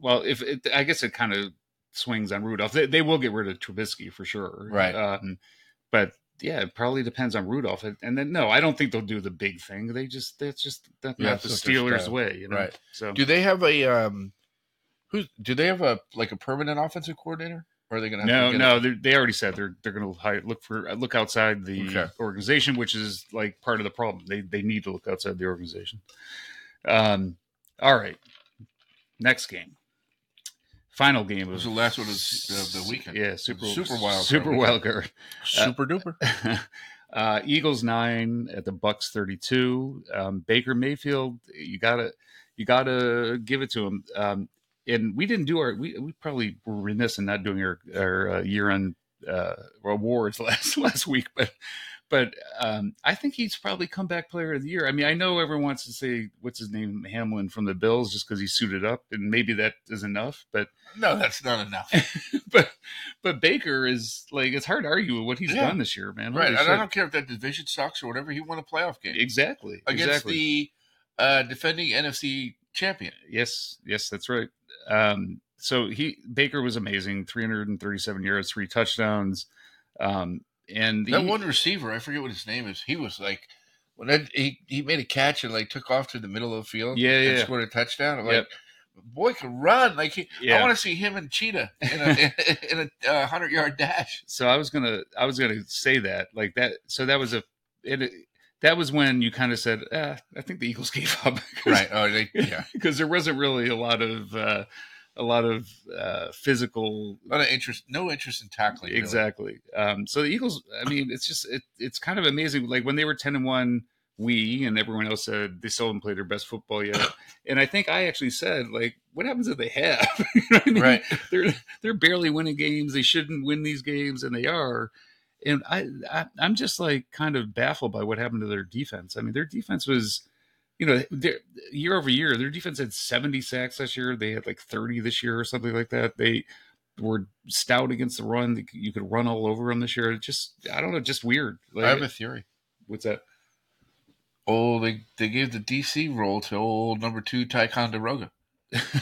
[SPEAKER 4] well, if it, I guess it kind of swings on Rudolph, they, they will get rid of Trubisky for sure.
[SPEAKER 5] Right.
[SPEAKER 4] Um, but yeah, it probably depends on Rudolph. And, and then no, I don't think they'll do the big thing. They just that's just that's
[SPEAKER 5] Yeah,
[SPEAKER 4] not the
[SPEAKER 5] that's not their
[SPEAKER 4] Steelers
[SPEAKER 5] style.
[SPEAKER 4] way, you know.
[SPEAKER 5] Right.
[SPEAKER 4] So
[SPEAKER 5] Do they have a um? Who do they have a like a permanent offensive coordinator? Or are they going to
[SPEAKER 4] No,
[SPEAKER 5] have to get
[SPEAKER 4] no, they they already said they're they're going to hire, look for look outside the
[SPEAKER 5] Okay.
[SPEAKER 4] organization, which is like part of the problem. They they need to look outside the organization. Um, all right, next game, final game
[SPEAKER 5] was
[SPEAKER 4] of
[SPEAKER 5] the last one of the- of the weekend.
[SPEAKER 4] Yeah, super
[SPEAKER 5] Super wild card
[SPEAKER 4] super wild card.
[SPEAKER 5] super duper?
[SPEAKER 4] uh, Eagles nine at the Bucks thirty two. Um, Baker Mayfield, you gotta you gotta give it to him. Um, and we didn't do our we, we probably were remiss in not doing our our uh, year end uh, awards last last week, but but um, I think he's probably comeback player of the year. I mean, I know everyone wants to say what's his name Hamlin from the Bills just because he suited up, and maybe that is enough, but
[SPEAKER 5] No, that's not enough.
[SPEAKER 4] but but Baker is like it's hard to argue with what he's
[SPEAKER 5] Yeah.
[SPEAKER 4] done this year, man.
[SPEAKER 5] right,
[SPEAKER 4] Holy
[SPEAKER 5] and I
[SPEAKER 4] shit.
[SPEAKER 5] don't care if that division sucks or whatever. He won a playoff game
[SPEAKER 4] Exactly.
[SPEAKER 5] against
[SPEAKER 4] exactly.
[SPEAKER 5] the uh, defending NFC champion.
[SPEAKER 4] yes, yes, that's right. Um, so he Baker was amazing, 337 yards, three touchdowns. Um, and
[SPEAKER 5] that
[SPEAKER 4] he-
[SPEAKER 5] one receiver, I forget what his name is. He was like when that, he he made a catch and like took off to the middle of the field.
[SPEAKER 4] Yeah,
[SPEAKER 5] and
[SPEAKER 4] yeah.
[SPEAKER 5] scored a touchdown. I'm
[SPEAKER 4] Yep.
[SPEAKER 5] like, boy can run. Like he,
[SPEAKER 4] Yeah.
[SPEAKER 5] I want to see him and Cheetah in a in a uh, hundred yard dash.
[SPEAKER 4] so I was gonna I was gonna say that like that. So that was a it, that was when you kind of said, eh, I think the Eagles gave up, 'Cause-
[SPEAKER 5] Oh, they, yeah.
[SPEAKER 4] Because there wasn't really a lot of uh, a lot of uh, physical
[SPEAKER 5] Not an interest. No interest in tackling. really.
[SPEAKER 4] Exactly. Um, so the Eagles, I mean, it's just it, it's kind of amazing. Like when they were ten and one, we and everyone else said they still haven't played their best football yet. and I think I actually said like, what happens if they have? You know what I mean?
[SPEAKER 5] Right.
[SPEAKER 4] They're they're barely winning games. They shouldn't win these games, and they are. And I, I I'm just like kind of baffled by what happened to their defense. I mean, their defense was. You know, their- year over year, their defense had 70 sacks last year. They had like 30 this year or something like that. They were stout against the run. You could run all over them this year. It's just I don't know, just weird. Like,
[SPEAKER 5] I have a theory.
[SPEAKER 4] what's that?
[SPEAKER 5] Oh, they they gave the DC role to old number two Ticonderoga,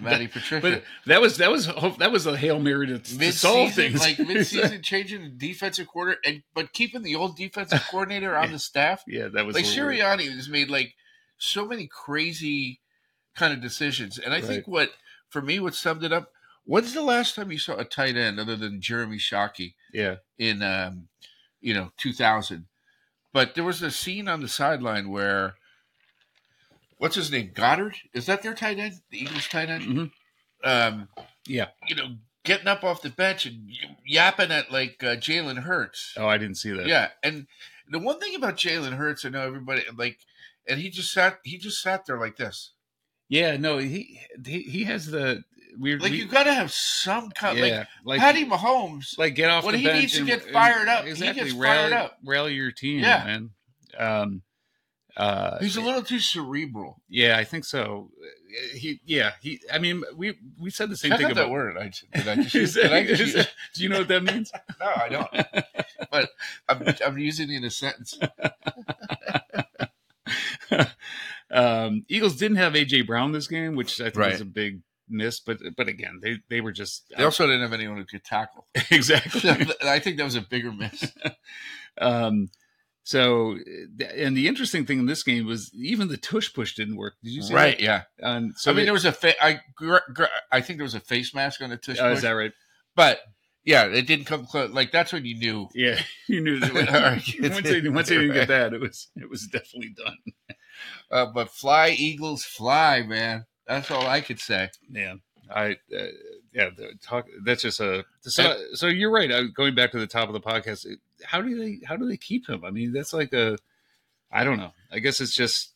[SPEAKER 5] Matty Patricia.
[SPEAKER 4] But that was that was hope- that was a hail mary to, to solve
[SPEAKER 5] mid-season,
[SPEAKER 4] things.
[SPEAKER 5] like mid-season, changing the defensive quarter, and but keeping the old defensive coordinator on the staff.
[SPEAKER 4] yeah, that was
[SPEAKER 5] Like
[SPEAKER 4] a little weird.
[SPEAKER 5] Sirianni has made like so many crazy kind of decisions, and I think
[SPEAKER 4] Right.
[SPEAKER 5] what for me what summed it up. When's the last time you saw a tight end other than Jeremy Shockey
[SPEAKER 4] Yeah,
[SPEAKER 5] in um, you know 2000? But there was a scene on the sideline where what's his name Goddard is that their tight end, the Eagles tight end?
[SPEAKER 4] Mhm.
[SPEAKER 5] Um,
[SPEAKER 4] yeah.
[SPEAKER 5] you know, getting up off the bench and yapping at like uh, Jalen Hurts.
[SPEAKER 4] Oh, I didn't see that.
[SPEAKER 5] Yeah, and the one thing about Jalen Hurts, I know everybody like, and he just sat he just sat there like this.
[SPEAKER 4] yeah. No, he he, he has the weird.
[SPEAKER 5] Like
[SPEAKER 4] we-
[SPEAKER 5] you got to have some kind.
[SPEAKER 4] yeah,
[SPEAKER 5] Like Patty Mahomes,
[SPEAKER 4] like get off
[SPEAKER 5] When
[SPEAKER 4] the
[SPEAKER 5] he
[SPEAKER 4] bench
[SPEAKER 5] needs to
[SPEAKER 4] and-
[SPEAKER 5] get
[SPEAKER 4] and-
[SPEAKER 5] fired up, he
[SPEAKER 4] exactly
[SPEAKER 5] gets
[SPEAKER 4] rally,
[SPEAKER 5] fired up.
[SPEAKER 4] rally your team
[SPEAKER 5] Yeah.
[SPEAKER 4] man um uh
[SPEAKER 5] he's a little too cerebral.
[SPEAKER 4] yeah i think so he yeah he i mean we we said the same
[SPEAKER 5] Check
[SPEAKER 4] thing
[SPEAKER 5] out that
[SPEAKER 4] about
[SPEAKER 5] word. I, did I just use, did I just use-
[SPEAKER 4] do you know what that means
[SPEAKER 5] no, I don't. But I'm, I'm using it in a sentence.
[SPEAKER 4] um eagles didn't have aj brown this game which i think
[SPEAKER 5] Right.
[SPEAKER 4] is a big miss but but again they they were just
[SPEAKER 5] They also didn't have anyone who could tackle.
[SPEAKER 4] exactly
[SPEAKER 5] I think that was a bigger miss.
[SPEAKER 4] um so th- and the interesting thing in this game was even the tush push didn't work did you see that?
[SPEAKER 5] Yeah.
[SPEAKER 4] Um, so
[SPEAKER 5] I mean,
[SPEAKER 4] they-
[SPEAKER 5] there was a fa- I gr- gr- I think there was a face mask on the tush.
[SPEAKER 4] oh,
[SPEAKER 5] push.
[SPEAKER 4] is that right
[SPEAKER 5] But yeah, it didn't come close. Like that's when you knew.
[SPEAKER 4] Yeah, you knew that.
[SPEAKER 5] All right.
[SPEAKER 4] once they, once they didn't get that, it was it was definitely done.
[SPEAKER 5] Uh, but fly Eagles fly, man. That's all I could say.
[SPEAKER 4] Yeah, I uh, yeah the talk. That's just a so so you're right. I, going back to the top of the podcast, it, how do they how do they keep him? I mean, that's like a I don't know. I guess it's just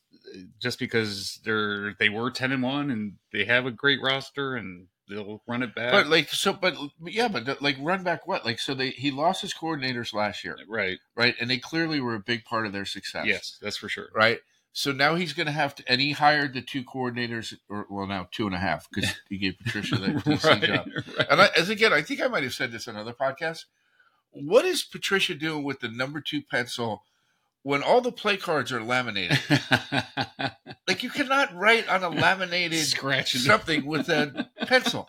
[SPEAKER 4] just because they're they were ten and one and they have a great roster and they'll run it back.
[SPEAKER 5] But like so, but yeah, but like run back what? Like so, they he lost his coordinators last year,
[SPEAKER 4] right?
[SPEAKER 5] right? And they clearly were a big part of their success.
[SPEAKER 4] Yes, that's for sure.
[SPEAKER 5] right? So now he's going to have to, and he hired the two coordinators, or well, now two and a half because he gave Patricia that DC job.
[SPEAKER 4] right.
[SPEAKER 5] And I, as again, I think I might have said this on another podcast. What is Patricia doing with the number two pencil when all the play cards are laminated? Like you cannot write on a laminated
[SPEAKER 4] Scratching
[SPEAKER 5] something with a pencil.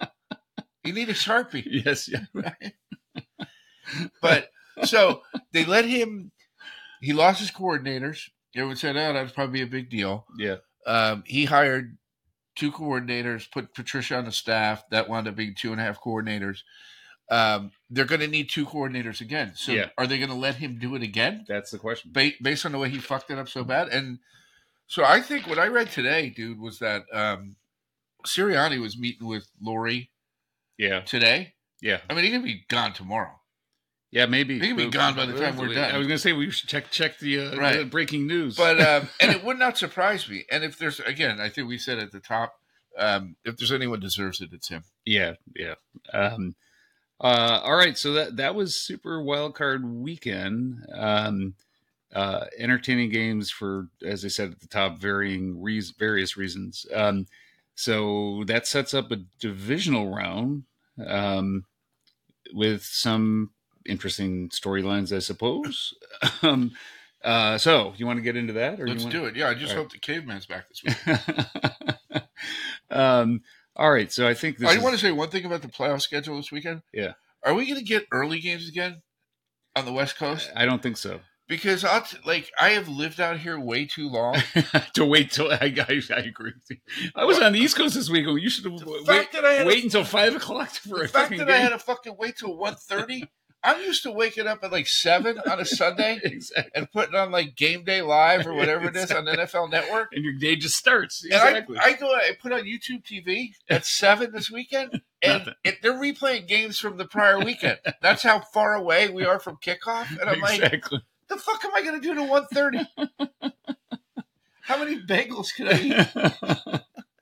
[SPEAKER 5] You need a sharpie.
[SPEAKER 4] Yes, yeah,
[SPEAKER 5] But so they let him. He lost his coordinators. Everyone said, "Oh, that's probably a big deal."
[SPEAKER 4] yeah.
[SPEAKER 5] Um, he hired two coordinators, put Patricia on the staff. That wound up being two and a half coordinators. Um, they're going to need two coordinators again. So
[SPEAKER 4] Yeah.
[SPEAKER 5] are they going to let him do it again?
[SPEAKER 4] That's the question.
[SPEAKER 5] ba- based on the way he fucked it up so bad. And so I think what I read today, dude, was that um, Sirianni was meeting with Lori
[SPEAKER 4] Yeah,
[SPEAKER 5] today.
[SPEAKER 4] yeah.
[SPEAKER 5] I mean, he could be gone tomorrow.
[SPEAKER 4] Yeah, maybe
[SPEAKER 5] They can be gone by the time we're done.
[SPEAKER 4] I was gonna say we should check check the, uh,
[SPEAKER 5] Right.
[SPEAKER 4] the breaking news.
[SPEAKER 5] But um, and it would not surprise me. And if there's again, I think we said at the top, um, if there's anyone deserves it, it's him.
[SPEAKER 4] yeah, yeah. Um, uh, all right, so that that was super wild card weekend. Um, uh, entertaining games for, as I said at the top, varying reas various reasons. Um, so that sets up a divisional round um, with some interesting storylines, I suppose. um, uh, so you want to get into that, or
[SPEAKER 5] Let's
[SPEAKER 4] you want-
[SPEAKER 5] do it. Yeah, I just
[SPEAKER 4] all right.
[SPEAKER 5] hope the caveman's back this week.
[SPEAKER 4] um, all right, so I think this.
[SPEAKER 5] I
[SPEAKER 4] is,
[SPEAKER 5] want to say one thing about the playoff schedule this weekend.
[SPEAKER 4] Yeah.
[SPEAKER 5] Are we going to get early games again on the West Coast?
[SPEAKER 4] I don't think so.
[SPEAKER 5] Because I'll t- like I have lived out here way too long.
[SPEAKER 4] to wait till I, I, I agree. With you. I was on the East Coast this week. and You should have
[SPEAKER 5] The
[SPEAKER 4] wait,
[SPEAKER 5] fact that I had a-
[SPEAKER 4] wait until five o'clock for
[SPEAKER 5] the
[SPEAKER 4] a
[SPEAKER 5] fact
[SPEAKER 4] fucking
[SPEAKER 5] that
[SPEAKER 4] game.
[SPEAKER 5] I had to fucking wait till 1.30, I'm used to waking up at like seven on a Sunday
[SPEAKER 4] exactly.
[SPEAKER 5] and putting on like Game Day Live or whatever it is on NFL Network.
[SPEAKER 4] And your day just starts.
[SPEAKER 5] And I,
[SPEAKER 4] Exactly.
[SPEAKER 5] I go, I put on YouTube TV at seven this weekend, and
[SPEAKER 4] Nothing.
[SPEAKER 5] it, they're replaying games from the prior weekend. That's how far away we are from kickoff. And I'm like,
[SPEAKER 4] exactly.
[SPEAKER 5] the fuck am I going to do to 1.30? How many bagels could I eat?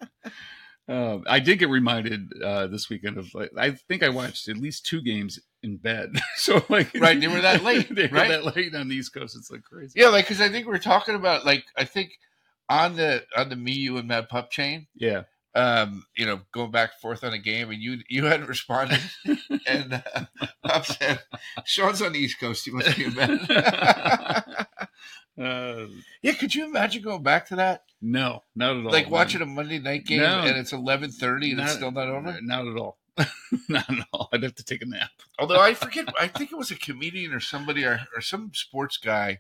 [SPEAKER 4] Um, I did get reminded uh, this weekend of like I think I watched at least two games in bed. so like
[SPEAKER 5] Right, they were that late,
[SPEAKER 4] they were
[SPEAKER 5] right?
[SPEAKER 4] that late on the East Coast. It's like crazy.
[SPEAKER 5] Yeah, like because I think we're talking about like I think on the on the me you and Mad Pup chain,
[SPEAKER 4] Yeah.
[SPEAKER 5] um, you know, going back and forth on a game, and you you hadn't responded, and uh, I said, "Sean's on the East Coast. He must be a man."
[SPEAKER 4] Uh,
[SPEAKER 5] yeah, could you imagine going back to that?
[SPEAKER 4] no, not at all.
[SPEAKER 5] like watching a Monday night game,
[SPEAKER 4] No.
[SPEAKER 5] and it's eleven thirty, and it's still Oh, not over.
[SPEAKER 4] Not at all. not at all. I'd have to take a nap.
[SPEAKER 5] Although I forget, I think it was a comedian or somebody or, or some sports guy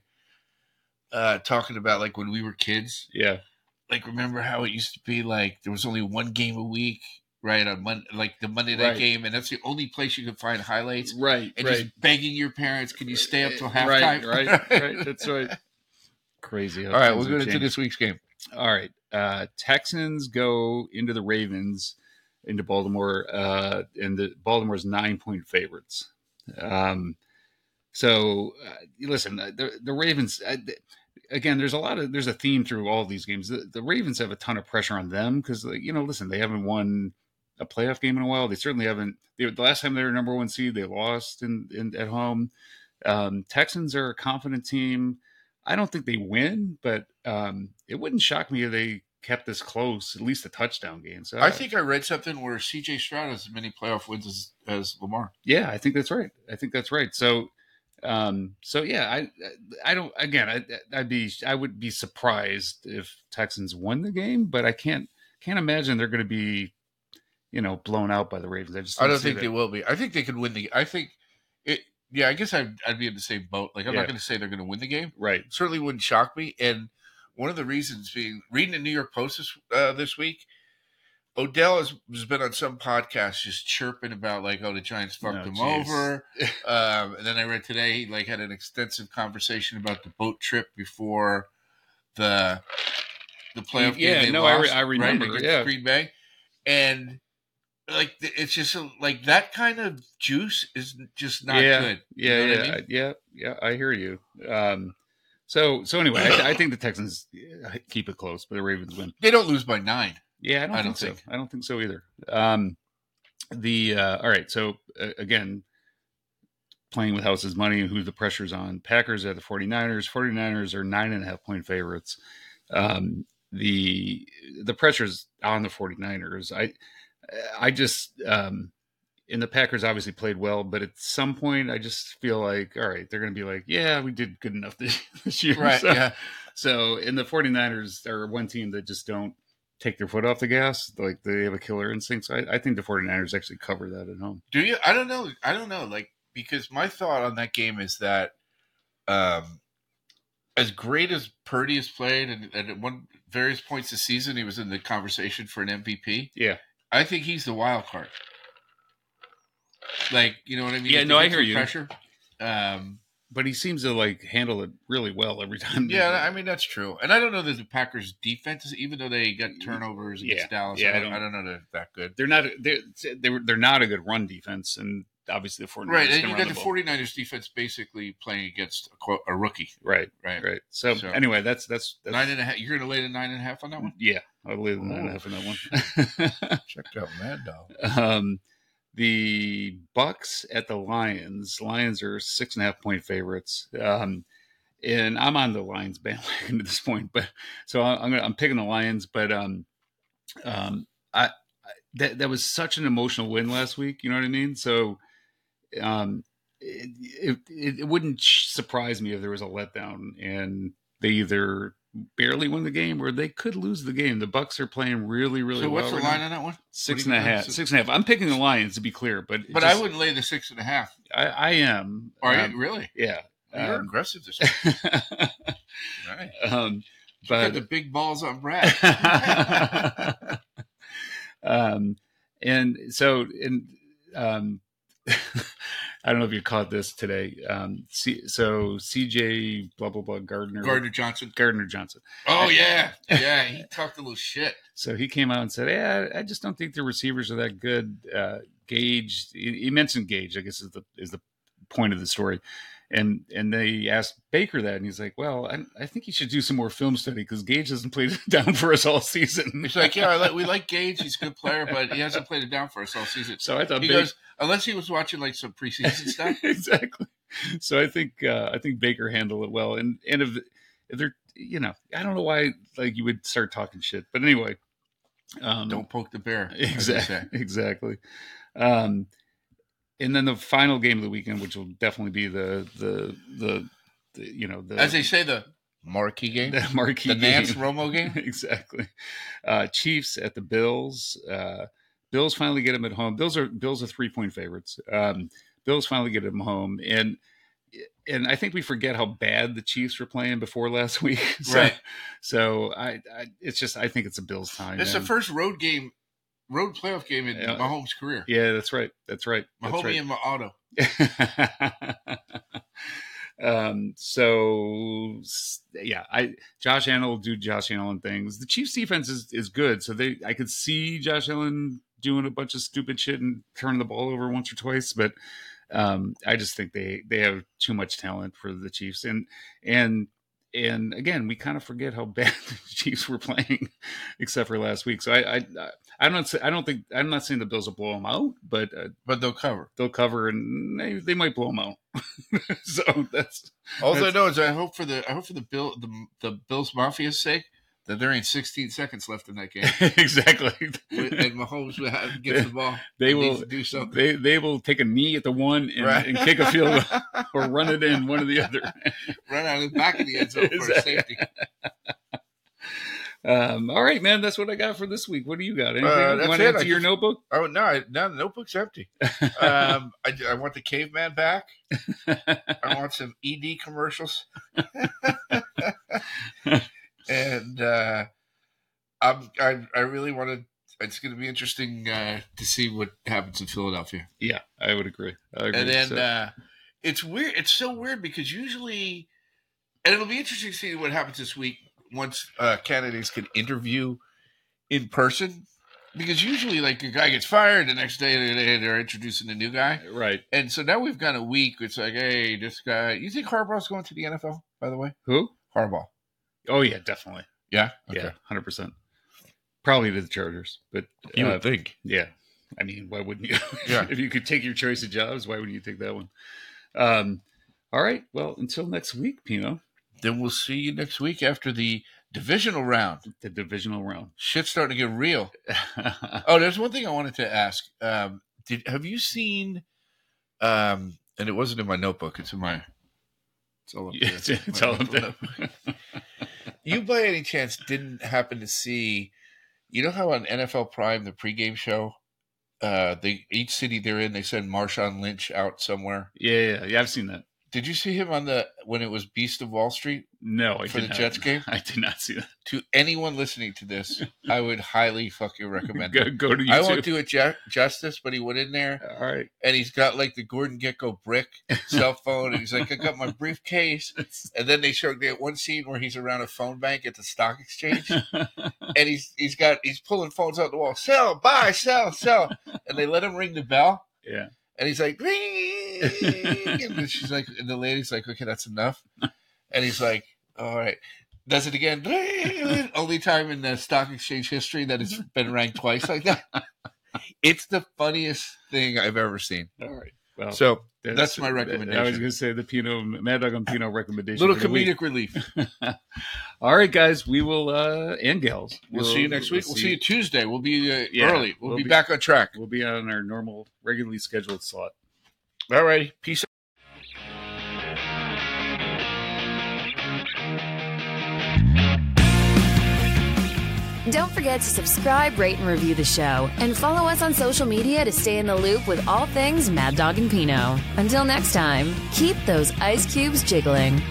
[SPEAKER 5] uh, talking about like when we were kids.
[SPEAKER 4] Yeah.
[SPEAKER 5] Like, remember how it used to be like there was only one game a week, right? On Monday, like the Monday night
[SPEAKER 4] Right.
[SPEAKER 5] game, and that's the only place you could find highlights.
[SPEAKER 4] Right.
[SPEAKER 5] And
[SPEAKER 4] right.
[SPEAKER 5] just begging your parents, can you stay up till halftime?
[SPEAKER 4] Right. Right. right. That's right. Crazy.
[SPEAKER 5] All right, we're going into this week's game.
[SPEAKER 4] All right. Uh, Texans go into the Ravens, into Baltimore, uh, and the Baltimore's nine point favorites. Um, so uh, listen, uh, the, the Ravens, uh, th- again, there's a lot of, there's a theme through all these games. The, the Ravens have a ton of pressure on them because, you know, listen, they haven't won a playoff game in a while. They certainly haven't. They, the last time they were number one seed, they lost in, in at home. Um, Texans are a confident team. I don't think they win, but um, it wouldn't shock me if they kept this close, at least a touchdown game. So
[SPEAKER 5] I think I read something where CJ Stroud has as many playoff wins as, as Lamar.
[SPEAKER 4] yeah, I think that's right. I think that's right. So, um, so yeah, I, I don't. Again, I, I'd be, I would be surprised if Texans won the game, but I can't, can't imagine they're going to be, you know, blown out by the Ravens. I just,
[SPEAKER 5] I don't
[SPEAKER 4] see
[SPEAKER 5] think
[SPEAKER 4] that.
[SPEAKER 5] they will be. I think they could win the. I think it. Yeah, I guess I'd, I'd be in the same boat. Like I'm
[SPEAKER 4] Yeah.
[SPEAKER 5] not going to say they're going to win the game.
[SPEAKER 4] Right.
[SPEAKER 5] Certainly wouldn't shock me. And one of the reasons being reading the New York Post this uh, this week, Odell has, has been on some podcast just chirping about like, oh, the Giants fucked
[SPEAKER 4] Oh,
[SPEAKER 5] him
[SPEAKER 4] jeez.
[SPEAKER 5] over. um, and then I read today he like had an extensive conversation about the boat trip before the the playoff game.
[SPEAKER 4] Yeah,
[SPEAKER 5] they
[SPEAKER 4] no, I re-
[SPEAKER 5] lost,
[SPEAKER 4] I remember,
[SPEAKER 5] against
[SPEAKER 4] yeah.
[SPEAKER 5] Green Bay, and like th- it's just a, like that kind of juice is just not
[SPEAKER 4] Yeah,
[SPEAKER 5] good. You
[SPEAKER 4] Yeah,
[SPEAKER 5] know what I
[SPEAKER 4] yeah,
[SPEAKER 5] mean?
[SPEAKER 4] I- yeah, yeah. I hear you. Um, so, so anyway, I, I think the Texans yeah, keep it close, but the Ravens win.
[SPEAKER 5] They don't lose by nine.
[SPEAKER 4] Yeah, I don't,
[SPEAKER 5] I
[SPEAKER 4] think,
[SPEAKER 5] don't
[SPEAKER 4] so.
[SPEAKER 5] think.
[SPEAKER 4] I don't think so either. Um, the uh, all right. So uh, again, playing with house's money and who the pressure's on. Packers at the 49ers. 49ers are nine and a half point favorites. Um, the the pressure's on the 49ers. I I just um, and the Packers obviously played well, but at some point, I just feel like all right, they're going to be like, yeah, we did good enough this, this year.
[SPEAKER 5] Right.
[SPEAKER 4] So-
[SPEAKER 5] yeah.
[SPEAKER 4] so, and the 49ers are one team that just don't take their foot off the gas. Like they have a killer instinct. So I, I think the 49ers actually cover that at home.
[SPEAKER 5] Do you? I don't know. I don't know. Like because my thought on that game is that, um, as great as Purdy has played, and, and at one various points this season, he was in the conversation for an MVP.
[SPEAKER 4] Yeah.
[SPEAKER 5] I think he's the wild card. Like you know what I mean?
[SPEAKER 4] Yeah,
[SPEAKER 5] If
[SPEAKER 4] no,
[SPEAKER 5] they
[SPEAKER 4] I
[SPEAKER 5] get
[SPEAKER 4] hear
[SPEAKER 5] some
[SPEAKER 4] you.
[SPEAKER 5] Pressure. Um,
[SPEAKER 4] But he seems to like handle it really well every time. they-
[SPEAKER 5] Yeah, I mean that's true, and I don't know that the Packers' defense, is- even though they got turnovers against
[SPEAKER 4] Yeah.
[SPEAKER 5] Dallas,
[SPEAKER 4] Yeah,
[SPEAKER 5] I,
[SPEAKER 4] I
[SPEAKER 5] don't, I
[SPEAKER 4] don't-
[SPEAKER 5] don't know that they're that good.
[SPEAKER 4] they're not they're they were, they're not a good run defense, and obviously the 49ers
[SPEAKER 5] Right,
[SPEAKER 4] can
[SPEAKER 5] and you
[SPEAKER 4] run
[SPEAKER 5] got the
[SPEAKER 4] ball.
[SPEAKER 5] 49ers defense basically playing against a, quote, a rookie,
[SPEAKER 4] right,
[SPEAKER 5] right?
[SPEAKER 4] right. So,
[SPEAKER 5] So-
[SPEAKER 4] anyway, that's that's, that's
[SPEAKER 5] Nine and a half. You're going to lay the nine and a half on that one.
[SPEAKER 4] yeah. I'll leave the nine and a half in that one.
[SPEAKER 5] Check out Mad Dog.
[SPEAKER 4] Um, the Bucks at the Lions. Lions are six and a half point favorites. Um, and I'm on the Lions bandwagon at this point, but so I- I'm gonna, I'm picking the Lions. But um, um, I, I that that was such an emotional win last week. You know what I mean? So, um, it it, it wouldn't sh- surprise me if there was a letdown and they either barely win the game or they could lose the game. The Bucks are playing really really
[SPEAKER 5] so
[SPEAKER 4] well.
[SPEAKER 5] what's the
[SPEAKER 4] right now.
[SPEAKER 5] line on that one?
[SPEAKER 4] Six
[SPEAKER 5] What
[SPEAKER 4] and
[SPEAKER 5] do you
[SPEAKER 4] a
[SPEAKER 5] think?
[SPEAKER 4] half. Six and a half. I'm picking the Lions to be clear, but it
[SPEAKER 5] But
[SPEAKER 4] just-
[SPEAKER 5] I wouldn't lay the six and a half.
[SPEAKER 4] I, I am.
[SPEAKER 5] Are
[SPEAKER 4] Um,
[SPEAKER 5] you really?
[SPEAKER 4] Yeah.
[SPEAKER 5] You're
[SPEAKER 4] Um,
[SPEAKER 5] uh, aggressive this week. Right.
[SPEAKER 4] um,
[SPEAKER 5] Got
[SPEAKER 4] but
[SPEAKER 5] the big balls on Brad.
[SPEAKER 4] um, and so, and um, I don't know if you caught this today. Um, C- so CJ blah blah blah Gardner
[SPEAKER 5] Gardner Johnson.
[SPEAKER 4] Gardner Johnson.
[SPEAKER 5] Oh yeah, yeah. He talked a little shit.
[SPEAKER 4] So he came out and said, "Yeah, I just don't think the receivers are that good." Uh, Gage, he he mentioned Gage, I guess is the is the point of the story, and and they asked Baker that, and he's like, "Well, I, I think he should do some more film study because Gage hasn't played down for us all season."
[SPEAKER 5] He's like, yeah, I like, we like Gage. He's a good player, but he hasn't played it down for us all season.
[SPEAKER 4] so I thought
[SPEAKER 5] He
[SPEAKER 4] Baker
[SPEAKER 5] goes, unless he was watching like some preseason stuff.
[SPEAKER 4] exactly. So I think uh, I think Baker handled it well, and and if, if they're you know I don't know why like you would start talking shit, but anyway, Um,
[SPEAKER 5] Don't poke the bear.
[SPEAKER 4] exactly exactly. Um, and then the final game of the weekend, which will definitely be the the the, the you know the
[SPEAKER 5] As they say, the marquee game,
[SPEAKER 4] the marquee
[SPEAKER 5] the
[SPEAKER 4] game.
[SPEAKER 5] Nance Romo game.
[SPEAKER 4] exactly. Uh, Chiefs at the Bills. Uh, Bills finally get them at home. Bills are Bills are three point favorites. Um, Bills finally get them home, and and I think we forget how bad the Chiefs were playing before last week. so,
[SPEAKER 5] Right.
[SPEAKER 4] So I, I, it's just I think it's a Bills time.
[SPEAKER 5] It's the
[SPEAKER 4] man.
[SPEAKER 5] first road game, road playoff game in
[SPEAKER 4] Yeah.
[SPEAKER 5] Mahomes' career.
[SPEAKER 4] Yeah, that's right. That's right. That's
[SPEAKER 5] Mahomes
[SPEAKER 4] right.
[SPEAKER 5] and Auto.
[SPEAKER 4] um, so s- yeah, I Josh Allen will do Josh Allen things. The Chiefs defense is, is good, so they I could see Josh Allen doing a bunch of stupid shit and turning the ball over once or twice, but um, I just think they they have too much talent for the Chiefs, and and and again, we kind of forget how bad the Chiefs were playing, except for last week. So I I I don't say- I don't think I'm not saying the Bills will blow them out, but uh,
[SPEAKER 5] But they'll cover.
[SPEAKER 4] they'll cover and they, they might blow them out. so that's
[SPEAKER 5] All I
[SPEAKER 4] That's-
[SPEAKER 5] know is I hope for the I hope for the Bill the, the Bills Mafia's sake that there ain't 16 seconds left in that game,
[SPEAKER 4] exactly.
[SPEAKER 5] and Mahomes will have- gets the ball.
[SPEAKER 4] They
[SPEAKER 5] and needs
[SPEAKER 4] will
[SPEAKER 5] to do something.
[SPEAKER 4] they they will take a knee at the one and,
[SPEAKER 5] Right.
[SPEAKER 4] and kick a field goal or run it in one or the other.
[SPEAKER 5] Run out of the back of the end zone for a
[SPEAKER 4] Exactly.
[SPEAKER 5] safety.
[SPEAKER 4] Um, all right, man, that's what I got for this week. What do you got? Anything
[SPEAKER 5] Uh,
[SPEAKER 4] you
[SPEAKER 5] that's
[SPEAKER 4] want
[SPEAKER 5] it.
[SPEAKER 4] to add
[SPEAKER 5] I
[SPEAKER 4] to your
[SPEAKER 5] just-
[SPEAKER 4] notebook?
[SPEAKER 5] Oh no! I, no, the notebook's empty. Um, I, I want the caveman back. I want some ED commercials. and uh, I'm, I, I really want to. It's going to be interesting uh, to see what happens in Philadelphia.
[SPEAKER 4] yeah, I would agree. I agree.
[SPEAKER 5] And then
[SPEAKER 4] So-
[SPEAKER 5] uh, it's weird. It's so weird because usually, and it'll be interesting to see what happens this week once uh, candidates can interview in person. Because usually, like, a guy gets fired the next day, they- they're introducing a new guy.
[SPEAKER 4] right.
[SPEAKER 5] And so now we've got a week. It's like, hey, this guy. You think Harbaugh's going to the NFL? By the way,
[SPEAKER 4] Who?
[SPEAKER 5] Harbaugh.
[SPEAKER 4] Oh yeah, definitely.
[SPEAKER 5] Yeah.
[SPEAKER 4] Yeah, hundred percent. Probably to the Chargers, but
[SPEAKER 5] You
[SPEAKER 4] uh,
[SPEAKER 5] would think.
[SPEAKER 4] Yeah. I mean, why wouldn't you?
[SPEAKER 5] Yeah.
[SPEAKER 4] if you could take your choice of jobs, why wouldn't you take that one? Um, all right. Well, until next week, Pino,
[SPEAKER 5] Then we'll see you next week after the divisional round.
[SPEAKER 4] the divisional round.
[SPEAKER 5] Shit's starting to get real. Oh, there's one thing I wanted to ask. Um, did have you seen? Um, and it wasn't in my notebook. It's in my. It's all up there.
[SPEAKER 4] It's- it's all up there.
[SPEAKER 5] You by any chance didn't happen to see? You know how on NFL Prime the pregame show, uh, they each city they're in they send Marshawn Lynch out somewhere.
[SPEAKER 4] yeah, yeah, yeah. I've seen that.
[SPEAKER 5] Did you see him on the when it was Beast of Wall Street?
[SPEAKER 4] No, I
[SPEAKER 5] For
[SPEAKER 4] did
[SPEAKER 5] the
[SPEAKER 4] not.
[SPEAKER 5] Jets game?
[SPEAKER 4] I did not see that.
[SPEAKER 5] To anyone listening to this, I would highly fucking recommend it.
[SPEAKER 4] Go, go to YouTube.
[SPEAKER 5] I won't do it ju- justice, but he went in there.
[SPEAKER 4] all right.
[SPEAKER 5] and he's got like the Gordon Gecko brick cell phone, and he's like, "I got my briefcase." And then they showed that one scene where he's around a phone bank at the stock exchange, and he's he's got he's pulling phones out the wall, sell, buy, sell, sell, and they let him ring the bell,
[SPEAKER 4] Yeah.
[SPEAKER 5] and he's like, "Ring," and she's like, and the lady's like, "Okay, that's enough," and he's like, "All right." Does it again? Ring. Only time in the stock exchange history that it's been ranked twice like that. It's the funniest thing I've ever seen.
[SPEAKER 4] All right. Well,
[SPEAKER 5] So that's my recommendation.
[SPEAKER 4] I was going to say the Pino, Mad Dog on Pino recommendation.
[SPEAKER 5] little
[SPEAKER 4] of the week.
[SPEAKER 5] comedic relief.
[SPEAKER 4] All right, guys. We will, uh, and gals.
[SPEAKER 5] We'll
[SPEAKER 4] We'll-
[SPEAKER 5] see you next week. We'll see you Tuesday. We'll be uh,
[SPEAKER 4] Yeah,
[SPEAKER 5] early. We'll,
[SPEAKER 4] we'll
[SPEAKER 5] be,
[SPEAKER 4] be-
[SPEAKER 5] back on track.
[SPEAKER 4] We'll be on our normal, regularly scheduled slot.
[SPEAKER 5] All right. Peace.
[SPEAKER 2] Don't forget to subscribe, rate, and review the show, and follow us on social media to stay in the loop with all things Mad Dog and Pino. Until next time, keep those ice cubes jiggling.